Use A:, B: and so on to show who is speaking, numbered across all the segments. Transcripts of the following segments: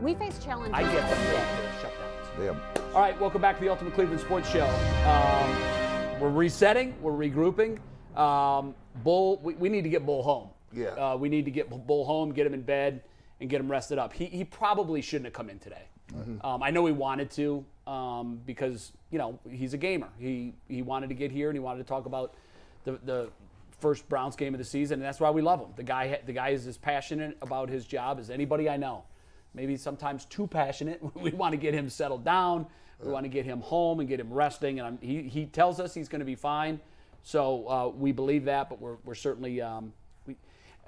A: We face challenges.
B: I get them. They're out there, shutdowns.
C: They have,
B: All right, welcome back to the Ultimate Cleveland Sports Show. Um, we're resetting. We're regrouping. Um, Bull, we, we need to get Bull home.
C: Yeah.
B: Uh, we need to get Bull home, get him in bed, and get him rested up. He, he probably shouldn't have come in today. Um, I know he wanted to um, because you know he's a gamer. He he wanted to get here and he wanted to talk about the the first Browns game of the season, and that's why we love him. The guy ha- the guy is as passionate about his job as anybody I know. Maybe sometimes too passionate. we want to get him settled down. We want to get him home and get him resting. And I'm, he he tells us he's going to be fine. So uh, we believe that, but we're we're certainly um, we,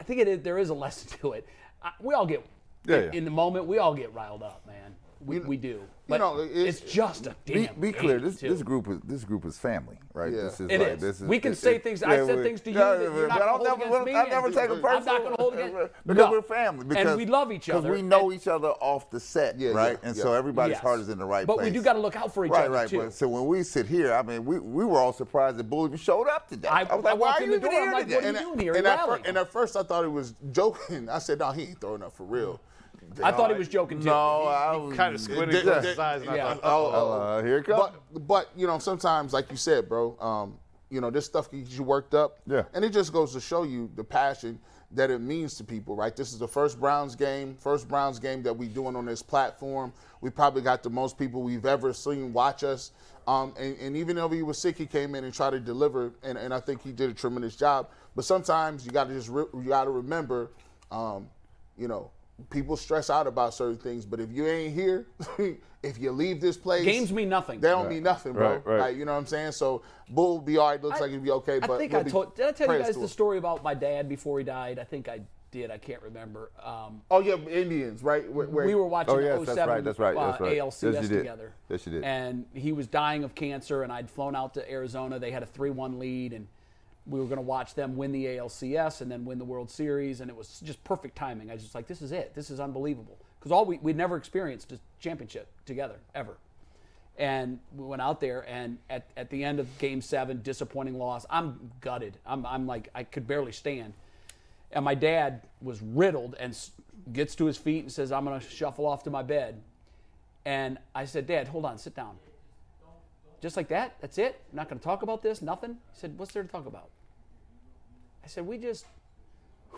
B: I think it is, there is a lesson to it. I, we all get
C: Yeah,
B: in,
C: yeah.
B: in the moment. We all get riled up, man. We,
C: You-
B: we do.
C: you
B: But
C: know, it-
B: it's just a
C: be,
B: damn.
C: be clear.
B: game,
C: This,
B: too.
C: this group is this group is family, right?
D: Yeah.
C: This is
B: It
C: like
B: is.
C: this is.
B: We can
C: it-
B: say
C: it-
B: things- I said
C: we-
B: things to you
C: yeah,
B: that you're not
C: but
B: gonna
C: I'll
B: hold
C: never-
B: against
C: I
B: me
C: never
B: and-
C: take
B: I'm
C: it
B: not
C: personal.
B: gonna hold against-
C: because
B: No.
C: we're family.
B: And
C: Because
B: we love each
C: Because
B: other.
C: we know
B: And-
C: each other off the set,
D: Yeah,
C: right?
D: yeah,
C: and
D: yeah.
C: so everybody's
B: Yes.
C: heart is in the right
B: But
C: place.
B: we do got to look out for each
C: Right,
B: other
C: right.
B: too.
C: But so when we sit here, I mean, we, we were all surprised that Bull even showed up today.
B: I-
C: was
B: I
C: like, why
B: walked
C: are
B: in
C: you
B: the
C: even
B: door,
C: here
B: I'm like,
C: today?
B: what are
C: And
B: you
C: I-
B: doing here?
D: And at, fir-
B: rallying.
D: and at first, I thought he was joking. I said, "No, he ain't throwing up for real."
B: I thought he was joking too.
C: No, I was
E: Kind of squinted
D: Did-
E: across
D: did-
E: his eyes. And
B: yeah.
E: I thought,
D: Oh,
C: Uh, here it comes.
D: But, but you know, sometimes, like you said, bro, um, you know, this stuff gets you worked up.
C: Yeah.
D: And it just goes to show you the passion that it means to people, right? This is the first Browns game, first Browns game that we doing on this platform. We probably got the most people we've ever seen watch us. Um, and, and even though he was sick, he came in and tried to deliver, and, and I think he did a tremendous job. But sometimes you got to just re- you got to remember, um, you know, people stress out about certain things. But if you ain't here, if you leave this place,
B: Games mean nothing.
D: They don't mean nothing, bro.
C: Right, right.
D: Like, you know what I'm saying? So Bull will be all right. Looks like he'll be okay.
B: I
D: but
B: think
D: we'll
B: I
D: be-
B: told. Did I tell you
D: prayers
B: guys
D: to
B: the
D: him.
B: story about my dad before he died? I think I did. I can't remember. Um,
D: Oh yeah, Indians, right? Where, where-
B: we were watching
C: Oh,
B: the 07
C: yes, that's right, that's right, that's
B: uh,
C: right.
B: ALCS
C: Yes, you did.
B: together.
C: Yes, you did.
B: And he was dying of cancer, and I'd flown out to Arizona. They had a 3 1 lead, and we were going to watch them win the ALCS and then win the World Series, and it was just perfect timing. I was just like, this is it. This is unbelievable. Because all we, we'd never experienced a championship together, ever. And we went out there, and at, at the end of game seven, disappointing loss. I'm gutted. I'm, I'm like, I could barely stand. And my dad was riddled and s- gets to his feet and says, I'm going to shuffle off to my bed. And I said, Dad, hold on, sit down. Just like that? That's it? I'm not going to talk about this? Nothing? He said, What's there to talk about? I said, We just.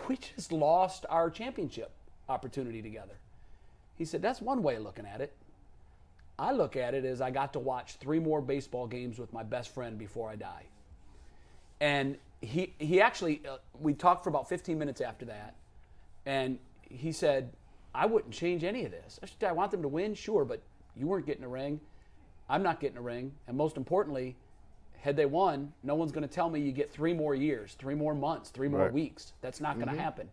B: We just lost our championship opportunity together. He said, That's one way of looking at it. I look at it as I got to watch three more baseball games with my best friend before I die and he he actually uh, we talked for about 15 minutes after that and he said i wouldn't change any of this I, should, I want them to win sure but you weren't getting a ring i'm not getting a ring and most importantly had they won no one's going to tell me you get three more years three more months three more
C: Right.
B: weeks that's not going to happen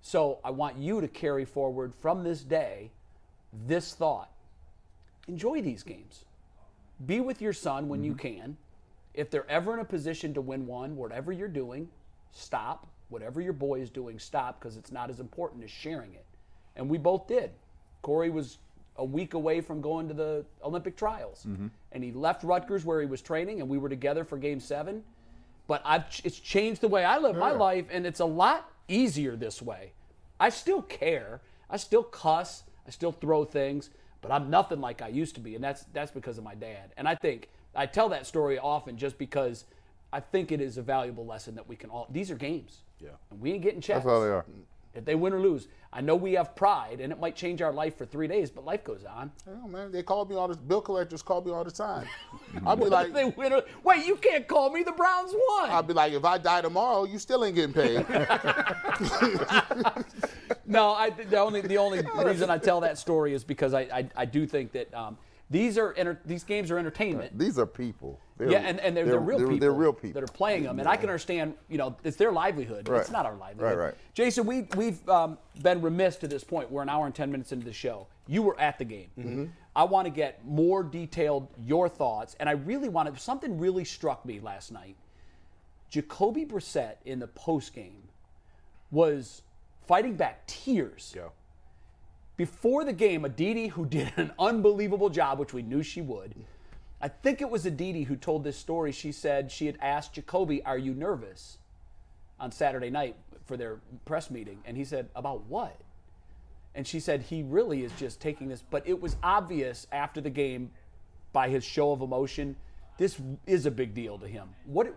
B: so i want you to carry forward from this day this thought enjoy these games be with your son when you can. If they're ever in a position to win one, whatever you're doing, stop. Whatever your boy is doing, stop because it's not as important as sharing it. And we both did. Corey was a week away from going to the Olympic trials, and he left Rutgers where he was training, and we were together for Game Seven. But I've ch- it's changed the way I live my life, and it's a lot easier this way. I still care. I still cuss. I still throw things, but I'm nothing like I used to be, and that's that's because of my dad. And I think I tell that story often just because I think it is a valuable lesson that we can all. These are games. Yeah. And we ain't getting checks.
C: That's all they are.
B: If they win or lose, I know we have pride, and it might change our life for three days, but life goes on.
D: Oh, man, they call me all the bill collectors call me all the time. I'll be like,
B: If they win or wait, you can't call me. The Browns won.
D: I'll be like, if I die tomorrow, you still ain't getting paid.
B: No, I, the only the only reason I tell that story is because I I, I do think that um, these are enter, these games are entertainment.
C: These are people. They're,
B: yeah, and, and they're, they're, real people.
C: They're real people.
B: that are playing them, and I can understand. You know, it's their livelihood. But It's
C: Right.
B: not our livelihood.
C: Right, right.
B: Jason, we we've um, been remiss to this point. We're an hour and ten minutes into the show. You were at the game.
C: Mm-hmm.
B: I want to get more detailed your thoughts, and I really want to. Something really struck me last night. Jacoby Brissett in the post game was fighting back tears.
E: Yeah.
B: Before the game, Aditi, who did an unbelievable job, which we knew she would, I think it was Aditi who told this story. She said she had asked Jacoby, Are you nervous? on Saturday night for their press meeting. And he said, About what? And she said he really is just taking this, but it was obvious after the game by his show of emotion, this is a big deal to him. What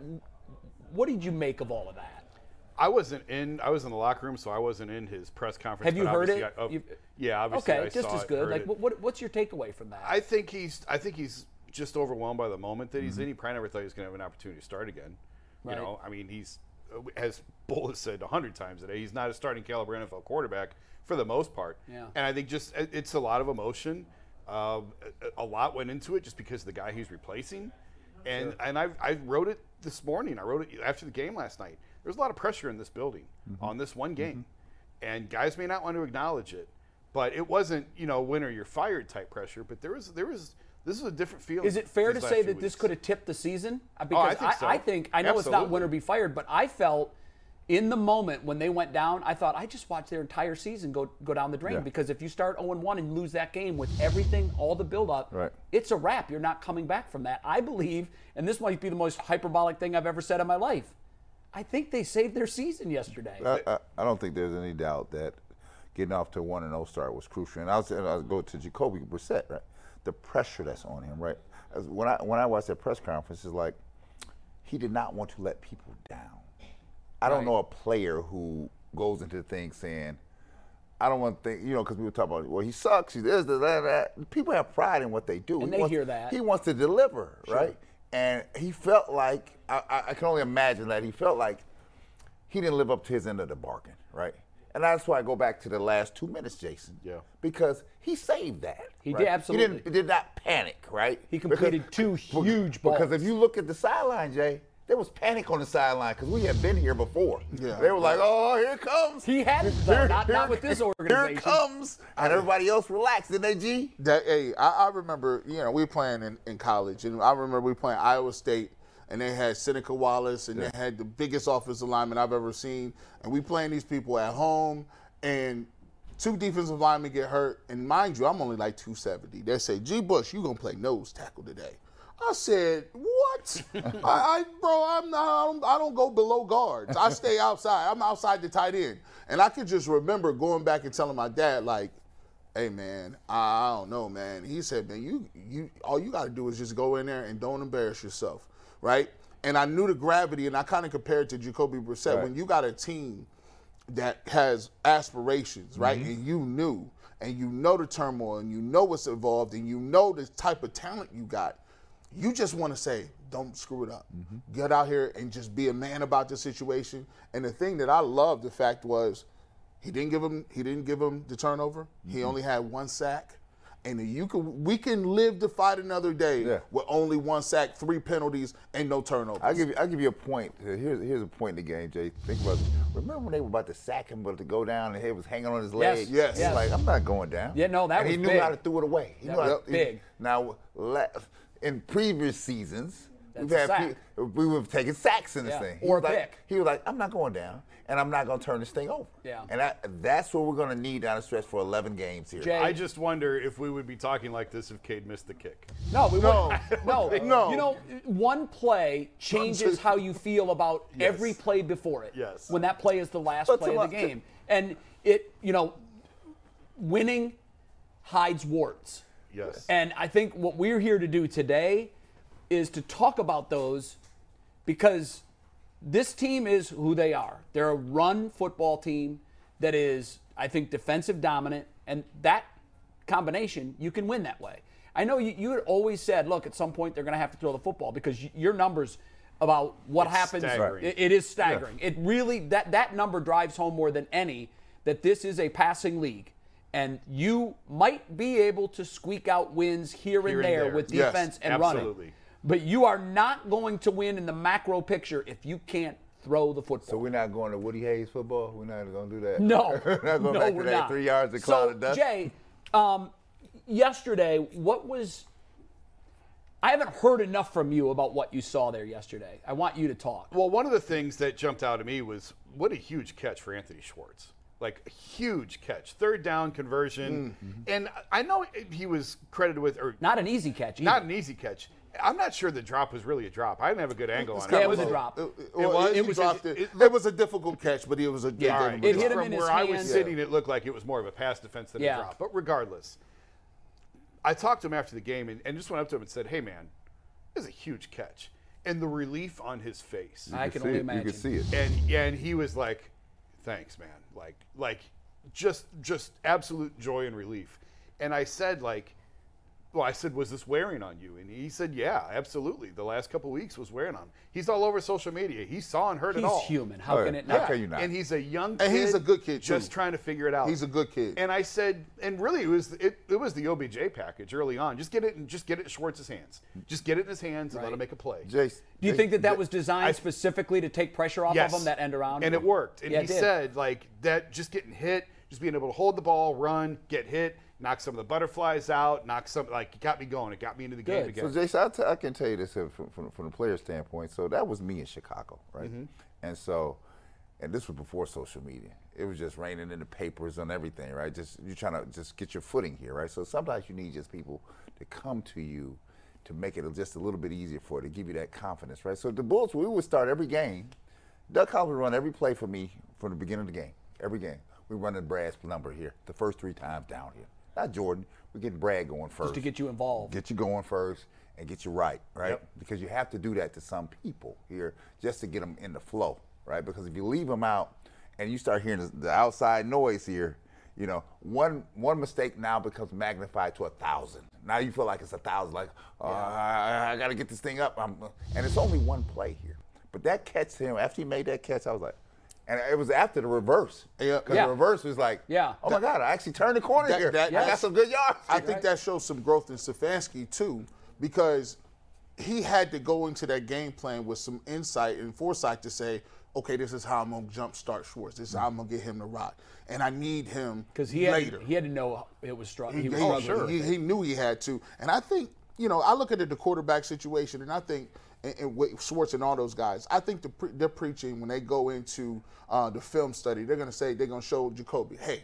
B: what did you make of all of that?
A: I wasn't in. I was in the locker room, so I wasn't in his press conference.
B: Have you
A: but
B: heard
A: obviously
B: it?
A: I- oh,
B: You've-
A: yeah, obviously.
B: Okay,
A: I
B: just
A: saw
B: as
A: it,
B: good.
A: heard
B: Like,
A: it.
B: what, what, what's your takeaway from that?
A: I think he's. I think he's just overwhelmed by the moment that he's in. He probably never thought he was going to have an opportunity to start again.
B: Mm-hmm. Right.
A: You know, I mean, he's uh, as Bull has said a hundred times today. He's not a starting caliber NFL quarterback for the most part.
B: Yeah.
A: And I think just it- it's a lot of emotion. Um, a, a lot went into it just because of the guy he's replacing, and and I I wrote it this morning. I wrote it after the game last night. There's a lot of pressure in this building
B: Mm-hmm.
A: on this one game, and guys may not want to acknowledge it, but it wasn't you know win or you're fired type pressure. But there was there was this is a different feeling.
B: is it fair to
A: these
B: say
A: last
B: that
A: few
B: this
A: weeks.
B: could have tipped the season? Uh, Because
A: think so.
B: I, think I know it's not
A: Absolutely.
B: win or be fired, but I felt in the moment when they went down, I thought I just watched their entire season go go down the drain.
C: Yeah.
B: Because if you start 0 1 and lose that game with everything, all the buildup,
C: Right.
B: it's a wrap. You're not coming back from that. I believe, and this might be the most hyperbolic thing I've ever said in my life. I think they saved their season yesterday.
C: I, I, I don't think there's any doubt that getting off to a one and zero start was crucial. And I was, and I was go to Jacoby Brissett, right? The pressure that's on him, right? As- When I when I watched that press conference, it's like he did not want to let people down. I don't know a player who goes into things saying, "I don't want to think," you know, because we were talking about, well, he sucks, he this, that, that, that. People have pride in what they do,
B: And
C: He
B: they
C: wants-
B: hear that.
C: He wants to deliver, right? And he felt like I, I, I can only imagine that he felt like he didn't live up to his end of the bargain, right? And that's why I go back to the last two minutes, Jason.
A: Yeah.
C: Because he saved that.
B: He
C: right?
B: did,
C: He
B: absolutely.
C: didn't, did not panic, right?
B: He completed two huge balls.
C: Because if you look at the sideline, Jay, there was panic on the sideline because we had been here before.
D: Yeah.
C: They were like, "Oh, here it comes."
B: He had it, though, not- not with this
C: Here
B: organization.
C: it comes, and everybody else relaxed, didn't they, G?
D: That hey, I, I remember you know we were playing in, in college, and I remember we were playing Iowa State, and they had Seneca Wallace, and they had the biggest offensive lineman I've ever seen, and we playing these people at home, and two defensive linemen get hurt, and mind you, I'm only like 270. They say, G. Bush, you gonna play nose tackle today? I said, what? I, I, bro, I'm not. I don't, I don't go below guards. I stay outside. I'm outside the tight end, and I could just remember going back and telling my dad like hey man, I I don't know, man. He said, man, you you all you gotta do is just go in there and don't embarrass yourself, right? And I knew the gravity, and I kind of compared it to Jacoby Brissett. When you got a team that has aspirations, right, and you knew, and you know the turmoil, and you know what's involved, and you know the type of talent you got, you just want to say, don't screw it up. Get out here and just be a man about the situation. And the thing that I loved, the fact was, he didn't give him. He didn't give him the turnover. He
C: Mm-hmm.
D: only had one sack, and you can. We can live to fight another day
C: Yeah.
D: with only one sack, three penalties, and no turnovers.
C: I give you, I give you a point. Uh, Here's here's a point in the game, Jay. Think about. It. Remember when they were about to sack him, but to go down, and he was hanging on his
B: Yes,
C: leg.
D: yes.
C: He's
D: yes.
C: like, I'm not going down.
B: Yeah, no, that
C: and he
B: was
C: knew
B: big.
C: how to threw it away. He
B: That
C: knew how
B: was
C: to-
B: big.
C: now, la- in previous seasons,
B: That's
C: we've
B: a
C: had
B: sack.
C: pe- we were taking sacks in this
B: Yeah,
C: thing.
B: or
C: was like,
B: pick.
C: He was like, I'm not going down, and I'm not going to turn this thing over.
B: Yeah.
C: And I, that's what we're going to need down the stretch for 11 games here.
B: Jay,
A: I just wonder if we would be talking like this if Cade missed the kick.
B: No, we
D: No.
B: wouldn't. No,
D: No.
B: You know, one play changes how you feel about every play before it.
A: Yes.
B: When that play is the last
C: But
B: play
C: to
B: of the
C: my- to-
B: game, and it, you know, winning hides warts.
A: Yes.
B: And I think what we're here to do today is to talk about those because this team is who they are. They're a run football team that is, I think, defensive dominant, and that combination you can win that way. I know you, you had always said, look, at some point they're going to have to throw the football because y- your numbers about what happens
A: staggering.
B: it- it is staggering. It really that that number drives home more than any that this is a passing league. And you might be able to squeak out wins here, and,
A: and
B: there,
A: there.
B: with
D: Yes,
B: defense and running.
A: absolutely.
B: But you are not going to win in the macro picture if you can't throw the football.
C: So we're not going to Woody Hayes football. We're not going to do that.
B: No,
C: we're not going
B: no,
C: back to
B: we're
C: that
B: not.
C: three yards of
B: So,
C: cloud of dust.
B: Jay, um, yesterday, what was? I haven't heard enough from you about what you saw there yesterday. I want you to talk.
A: Well, one of the things that jumped out at me was what a huge catch for Anthony Schwartz. Like a huge catch, third down conversion, and I know he was credited with or
B: Not an easy catch. Either.
A: not an easy catch. I'm not sure the drop was really a drop. I didn't have a good angle on it.
B: Yeah, it was a
A: Although-
B: drop.
D: It, it,
A: It was-
D: well, he
A: it was
D: dropped
A: a-
D: it.
A: it
D: It,
A: looked-
D: was a difficult catch, but it was a good
A: All
D: game.
A: right.
B: It
A: Just
B: hit him
A: from
B: in his
A: where I was
B: hand.
A: sitting, it looked like it was more of a pass defense than
B: Yeah.
A: a drop. But regardless, I talked to him after the game and, and just went up to him and said, "Hey, man, this is a huge catch." And the relief on his face,
B: I
C: You
B: can
C: see
B: only
C: it.
B: imagine.
C: You can see it.
A: and and he was like, "Thanks, man." Like like just just absolute joy and relief. And I said like, well, I said, "Was this wearing on you?" And he said, "Yeah, absolutely. The last couple weeks was wearing on." him. He's all over social media. He saw and heard it
B: He's
A: all.
B: human. How
C: Oh,
B: can
C: yeah.
B: it not?
C: How can you not?
A: And he's a young kid.
D: And he's a good kid, too.
A: Just trying to figure it out.
D: He's a good kid.
A: And I said, and really it was it, it was the OBJ package early on. Just get it and just get it in Schwartz's hands. Just get it in his hands and let him make a play.
C: Jace,
B: Do you
C: Jace-
B: think that that was designed
A: I-
B: specifically to take pressure off
A: Yes.
B: of him that end around?
A: And it worked. And
B: Yeah, it
A: he
B: did.
A: said, like, that just getting hit, just being able to hold the ball, run, get hit, knock some of the butterflies out, knock some like it got me going. It got me into the game
B: Good.
A: again.
C: So, Jason, I, t- I can tell you this here from, from, from the player standpoint. So that was me in Chicago, right? And so, and this was before social media. It was just raining in the papers on everything, right? Just you're trying to just get your footing here, right? So sometimes you need just people to come to you to make it just a little bit easier for it to give you that confidence, right? So the Bulls, we would start every game. Doug Collins would run every play for me from the beginning of the game, every game. We run the Brad's number here, the first three times down here. Not Jordan. We're getting Brad going first
B: to get you involved.
C: get you going first and get you right, right? Because you have to do that to some people here just to get them in the flow, right? Because if you leave them out and you start hearing the outside noise here, you know, one one mistake now becomes magnified to a thousand. Now you feel like it's a thousand, like oh, I, I- I got to get this thing up. I'm, and it's only one play here, but that catch to him after he made that catch, I was like. And it was after the reverse.
D: Yeah.
C: 'Cause
B: Yeah.
C: the reverse was like,
B: Yeah.
C: oh my God, I actually turned the corner
D: That-
C: here.
D: that-
C: I got
D: that's-
C: some good yards.
D: I think that shows some growth in Stefanski too, because he had to go into that game plan with some insight and foresight to say, okay, this is how I'm gonna jumpstart Schwartz. This is how I'm gonna get him to rock, and I need him
B: Because he had,
D: later.
B: to, he had to know it was struggling. He was
D: He-
A: Oh,
B: struggling.
A: sure.
D: He, he knew he had to. And I think, you know, I look at it, the quarterback situation, and I think, and, and with Schwartz and all those guys, I think the pre- they're preaching when they go into uh, the film study, they're going to say, they're going to show Jacoby, hey,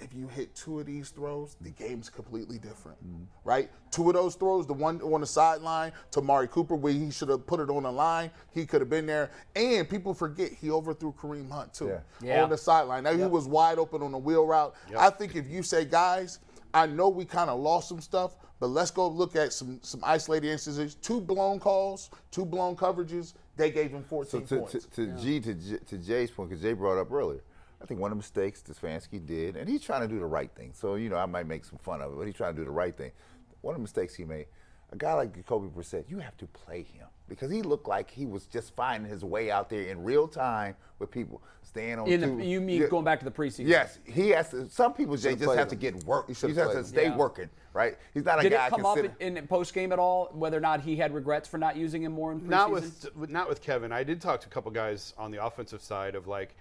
D: if you hit two of these throws, the game's completely different, right? Two of those throws, the one on the sideline to Mari Cooper, where he should have put it on the line, he could have been there. And people forget he overthrew Kareem Hunt too
C: Yeah.
B: Yeah.
D: on the sideline. Now he was wide open on the wheel route. I think if you say, guys, I know we kind of lost some stuff, but let's go look at some some isolated instances. Two blown calls, two blown coverages. They gave him 14
C: to,
D: points.
C: to, to G to J, to Jay's point because Jay brought up earlier. I think one of the mistakes Stefanski did, and he's trying to do the right thing. So you know, I might make some fun of it, but he's trying to do the right thing. One of the mistakes he made. A guy like Jacoby Brissett, you have to play him because he looked like he was just finding his way out there in real time with people staying on.
B: In the,
C: two-
B: you mean
C: Yeah.
B: going back to the preseason?
C: Yes, he has. To, some people Jay just
D: played
C: have to
D: him.
C: get work.
D: He
C: He
D: should've
C: just has
D: played
C: to
D: him.
C: stay
B: Yeah.
C: working, right? He's not a
B: Did
C: guy.
B: it come up
C: consider-
B: in, in post game at all? Whether or not he had regrets for not using him more in preseason?
A: not with not with Kevin. I did talk to a couple guys on the offensive side of like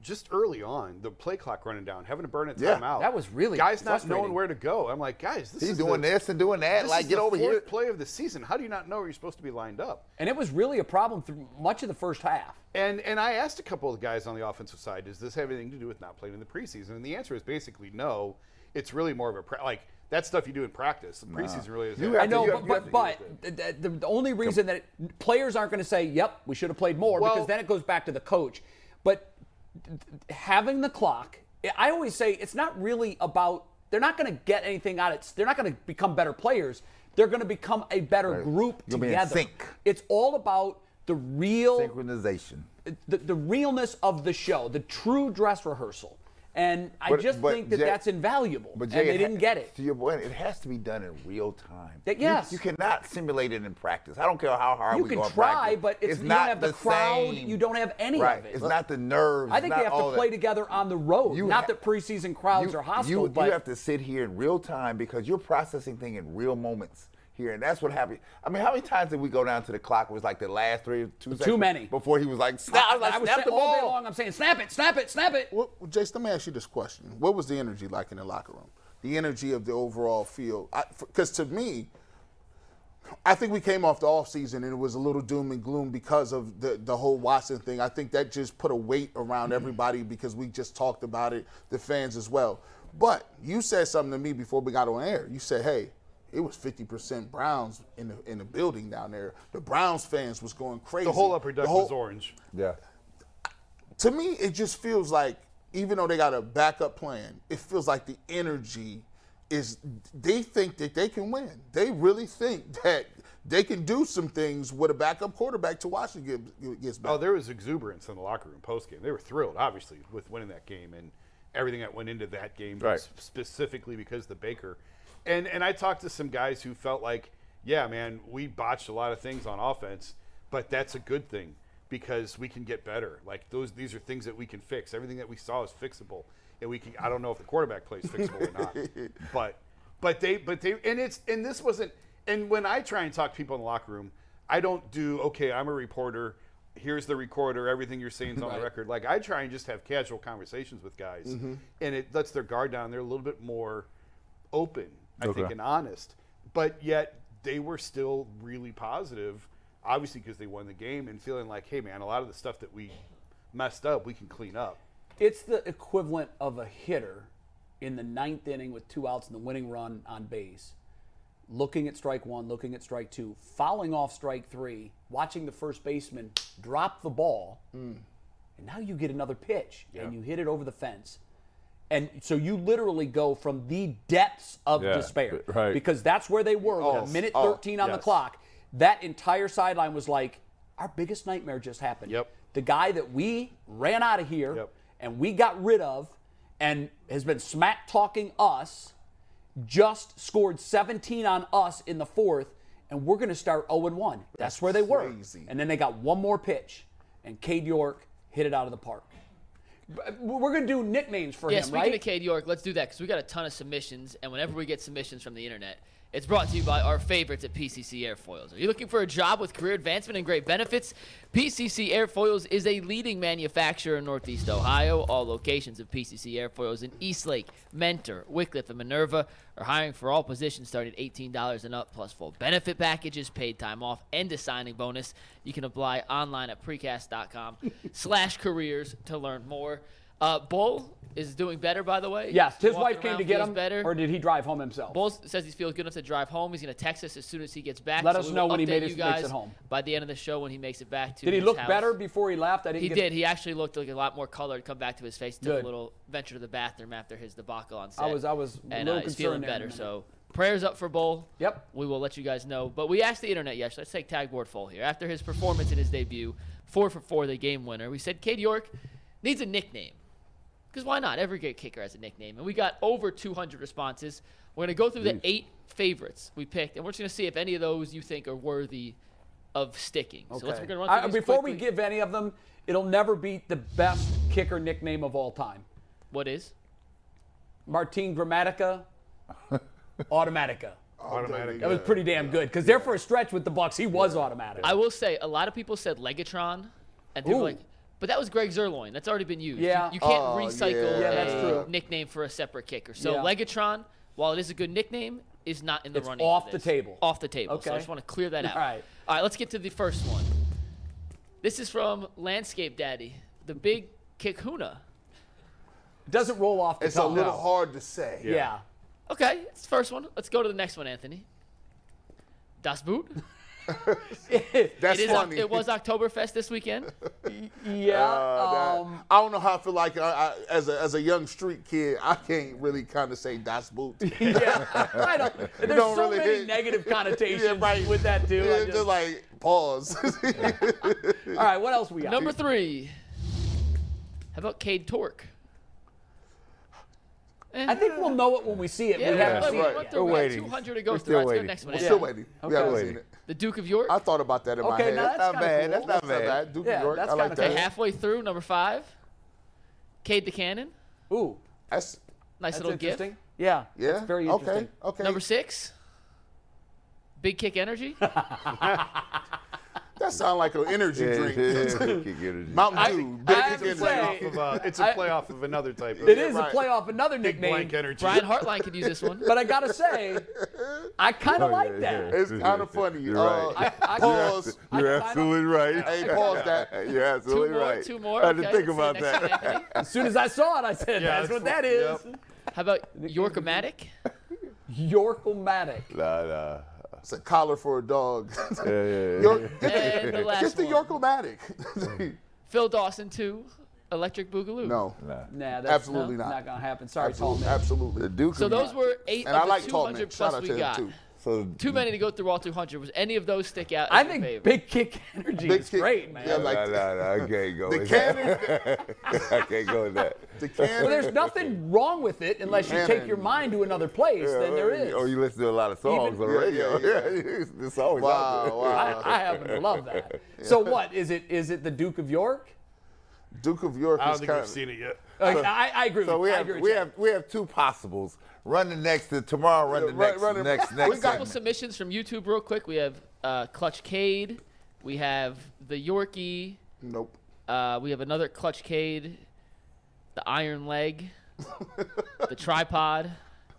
A: just early on the play clock running down, having to burn a
C: Yeah.
A: timeout.
B: That was really
A: guys not knowing
B: frustrating.
A: where to go. I'm like, guys, this
C: He's
A: is
C: doing
A: the,
C: this and doing that.
A: This
C: like,
A: is
C: get
A: the
C: over
A: fourth
C: here.
A: play of the season. How do you not know where you're supposed to be lined up?
B: and it was really a problem through much of the first half.
A: And and I asked a couple of guys on the offensive side, does this have anything to do with not playing in the preseason? And the answer is basically no. It's really more of a pra- like that stuff you do in practice. The preseason really is.
C: You
A: it.
C: have
B: I know,
C: you
B: but
C: you
B: but, but th- th- the, only reason that it, players aren't going to say, "Yep, we should have played more,"
A: Well-
B: because then it goes back to the coach. But th- th- having the clock, I- I always say it's not really about. They're not going to get anything out of it. They're not going to become better players. They're going to become a better group
C: You'll be in
B: together.
C: sync.
B: It's all about the real
C: synchronization.
B: the, the realness of the show, the true dress rehearsal. And I
C: But-
B: just
C: but
B: think that
C: Jay-
B: that's invaluable.
C: But
B: and
C: Jay,
B: they
C: ha-
B: didn't get it.
C: To your point, it has to be done in real time.
B: That-
C: You-
B: yes.
C: You, cannot simulate it in practice. I don't care how hard
B: You
C: we
B: can
C: go in
B: try,
C: practice.
B: but it's- you don't have the crowd, you don't have any of
C: right.
B: it.
C: It's not the nerves.
B: I think
C: it's
B: they
C: not
B: have to
C: all
B: play
C: that.
B: together on the road.
C: You
B: Not
C: ha-
B: that preseason crowds
C: you,
B: are hostile,
C: you,
B: but
C: you have to sit here in real time because you're processing things in real moments here, and that's what happened. I mean, how many times did we go down to the clock? Was like the last three, or two, seconds
B: many.
C: before he was like, snap,
B: I,
C: was like,
B: I was
C: snap
B: sa-
C: the
B: all day
C: ball.
B: long. I'm saying, snap it, snap it, snap it.
D: Well, Jace, let me ask you this question: What was the energy like in the locker room? The energy of the overall field? Because to me, I think we came off the offseason and it was a little doom and gloom because of the, the whole Watson thing. I think that just put a weight around
A: Mm-hmm.
D: everybody because we just talked about it, the fans as well. But you said something to me before we got on air. You said, hey, it was 50% Browns in the in the building down there. The Browns fans was going crazy.
A: The whole upper deck
D: The whole-
A: was orange.
C: Yeah.
D: to me, it just feels like even though they got a backup plan, it feels like the energy is they think that they can win. They really think that they can do some things with a backup quarterback to Washington get- gets back.
A: Oh, there was exuberance in the locker room post game. They were thrilled, obviously, with winning that game and everything that went into that game,
C: Right.
A: s- specifically because of the Baker. And and I talked to some guys who felt like, yeah, man, we botched a lot of things on offense, but that's a good thing because we can get better. Like those, these are things that we can fix. Everything that we saw is fixable, and we can. I don't know if the quarterback plays fixable or not, but but they but they and it's and this wasn't. And when I try and talk to people in the locker room, I don't do okay. I'm a reporter here's the recorder, everything you're saying is on the record. Like I try and just have casual conversations with guys, and it lets their guard down. They're a little bit more open, I think,
C: Okay.
A: and honest. But yet they were still really positive, obviously because they won the game and feeling like, hey man, a lot of the stuff that we messed up, we can clean up.
B: It's the equivalent of a hitter in the ninth inning with two outs and the winning run on base, looking at strike one, looking at strike two, fouling off strike three, watching the first baseman drop the ball, and now you get another pitch and you hit it over the fence. And so you literally go from the depths of
C: Yeah,
B: despair
C: but- right. Oh,
B: because that's where they were with a minute 13 on the
A: yes.
B: clock. That entire sideline was like, our biggest nightmare just happened.
A: Yep.
B: The guy that we ran out of here
A: Yep.
B: and we got rid of and has been smack talking us just scored 17 on us in the fourth and we're going to start 0 1. That's where they were.
D: crazy.
B: And then they got one more pitch and Cade York hit it out of the park. But We're going to do nicknames for
E: Yeah,
B: him,
E: speaking
B: right?
E: of Cade York, let's do that because we got a ton of submissions, and whenever we get submissions from the internet, it's brought to you by our favorites at PCC Airfoils. Are you looking for a job with career advancement and great benefits? PCC Airfoils is a leading manufacturer in Northeast Ohio. All locations of PCC Airfoils in Eastlake, Mentor, Wickliffe, and Minerva are hiring for all positions starting at $18 and up, plus full benefit packages, paid time off, and a signing bonus. You can apply online at precast.com slash careers to learn more. Uh, Bull is doing better, by the way.
B: yes, his
E: Walking
B: wife came
E: around
B: to get
E: feels
B: him,
E: Better.
B: or did he drive home himself?
E: Bull says he feels good enough to drive home. He's going to text us as soon as he gets back.
B: Let
E: so
B: us
E: we
B: know
E: will
B: when he made
E: update
B: it-
E: you
B: makes
E: guys
B: it home.
E: by the end of the show when he makes it back to.
B: did he
E: his
B: look
E: house.
B: better before he left? I didn't
E: He
B: get-
E: did. He actually looked like a lot more colored. Come back to his face. Took
B: Good.
E: a little venture to the bathroom after his debacle on set.
B: I was- I was a
E: and
B: little
E: uh, he's feeling
B: concerned there in a
E: better.
B: minute.
E: So prayers up for Bull.
B: Yep.
E: We will let you guys know. But we asked the internet yesterday. Let's take tag board full here. After his performance in his debut, four for four, the game winner. We said Cade York needs a nickname. Because why not? Every great kicker has a nickname. And we got over 200 responses. We're going to go through the eight favorites we picked, and we're just going to see if any of those you think are worthy of sticking. So let's,
B: Okay.
E: we're going to run
B: I-
E: through these
B: before we
E: quickly.
B: give any of them, it'll never beat the best kicker nickname of all time.
E: What is?
B: Martin Grammatica, Automatica.
D: Oh,
A: Automatic.
B: That was pretty damn good because there for a stretch with the Bucks, he was automatic.
E: I will say, a lot of people said Legatron, and they were
B: Ooh.
E: like, but that was Greg Zerloin. That's already been used. You-
B: Yeah.
E: You, can't
D: Oh,
E: recycle
D: yeah.
B: Yeah, that's
E: a
B: true.
E: nickname for a separate kicker. So
B: Yeah.
E: Legatron, while it is a good nickname, is not in the
B: It's
E: running.
B: off
E: for
B: the
E: this.
B: table.
E: Off the table. So I
B: Okay.
E: just want to clear that out.
B: All right.
E: All right, let's get to the first one. This is from Landscape Daddy, the big Kikuna.
B: Doesn't roll off the
D: it's a
B: tongue.
D: little hard to say.
B: Yeah.
E: Okay, it's the first one. Let's go to the next one, Anthony. Das Boot.
D: That's
E: It, is,
D: funny.
E: it was Oktoberfest this weekend.
B: Yeah.
D: Uh, that-
B: um,
D: I don't know how I feel like I, I, as a as a young street kid, I can't really kind of say das boot.
B: yeah. I don't, there's
D: don't
B: so
D: really
B: many
D: hit-
B: negative connotations
D: Yeah, right.
B: with that dude. I
D: It's
B: just-
D: just like pause.
B: all right, what else we got?
E: Number three. How about Cade Torque?
B: I think we'll know it when we see it.
E: Yeah,
B: we haven't
E: I
B: seen
E: mean,
B: it
C: right.
E: went
B: yet.
E: through,
C: We're
E: we had
C: waiting.
E: 200 to go
C: We're
E: through.
C: still
E: All right,
C: waiting.
E: Let's go to the next one.
D: I'm
E: Anthony.
D: still waiting. We haven't
C: Okay.
D: seen it.
E: The Duke of York.
D: I thought about that in my
B: Okay,
D: head.
B: now that's
D: not
B: kinda
D: bad.
B: cool.
D: That's not
C: That's not
D: bad.
C: bad.
D: Duke
B: Yeah,
D: York.
B: that's
D: I like
B: kinda
D: that.
E: Okay, halfway through, number five. Cade the Cannon.
B: Ooh,
D: That's
E: Nice
B: that's
E: little gift.
B: interesting. Yeah.
D: yeah.
B: That's very interesting.
D: Okay. Okay.
E: Number six. Big Kick Energy.
D: that sounds like an energy
C: Yeah,
D: drink.
C: yeah, yeah. Kick energy.
D: Mountain Dew.
B: I
D: big
B: have to
D: energy.
B: say-
A: Off of, uh, it's a
B: I-
A: playoff of another type of
B: It is
D: right.
B: a playoff, another
A: big
B: nickname.
A: blank energy.
E: Brian Hartline could use this one.
B: But I got to say, I kind of
C: Oh, yeah,
B: like that.
C: yeah.
D: It's kinda funny.
C: You're
D: Uh,
C: right.
B: I, I,
D: Pause.
B: I-
C: You're
B: I-
C: absolutely right.
D: Hey, pause that.
C: You're
E: Two
C: absolutely
E: more,
C: right.
E: two more.
C: I had to
E: okay,
C: think
E: let's see
C: about
E: the next
C: that.
E: one, Anthony.
B: as soon as I saw it, I said,
A: Yeah,
B: that's
A: it's
B: what
A: fu-
B: that is.
E: How about Yorkomatic?
B: York-o-matic.
C: Nah, nah.
D: It's a collar for a dog.
C: Yeah, yeah, yeah.
D: York, get
E: And the
D: the,
E: last
D: get the
E: one.
D: Yorkomatic.
E: Phil Dawson too. Electric Boogaloo.
D: no,
C: nah.
B: Nah, that's
D: Absolutely
B: no,
D: not.
B: Not gonna happen. Sorry,
D: absolutely,
B: Tall Man.
C: The
D: absolutely.
C: Duke.
E: So
C: of-
E: those were eight
D: And
E: of
D: I
E: the
D: like Tall
E: 200
D: Man.
E: plus
D: Shout out
E: we
D: to him
E: got.
D: too.
C: So
E: Too many to go through all 200. Was any of those stick out?
B: I
E: as your
B: think
E: favorite?
B: Big Kick Energy
D: Big
B: is
D: Kick-
B: great, man.
D: yeah,
C: Nah,
D: like-
C: nah, nah, I can't go
D: The
C: with
D: cannon,
C: that. I can't go with that.
D: the cannon.
B: well, there's nothing wrong with it unless you
D: Man. oh,
B: take your mind to another place. then there is.
C: Or Oh, you listen to a lot of songs on the
D: Yeah, yeah,
C: radio. Yeah, it's always out there.
D: wow, wow.
B: I, I happen to love that. So what is it? Is it the Duke of York?
D: Duke of York
A: I don't
D: is
A: think
D: kind
A: we've
D: of.
A: seen it yet.
B: Like, I, I agree.
C: So
B: with,
C: we
B: I
C: have
B: agree with
C: we
B: you.
C: have we have two possibles. Run the next to tomorrow. Run the
D: Yeah, run-
C: next
D: run it-
C: next
D: we
C: next.
E: A couple
C: segment.
E: submissions from YouTube real quick. We have uh, Clutch Cade. We have the Yorkie.
D: Nope.
E: Uh, we have another Clutch Cade. The Iron Leg. the Tripod.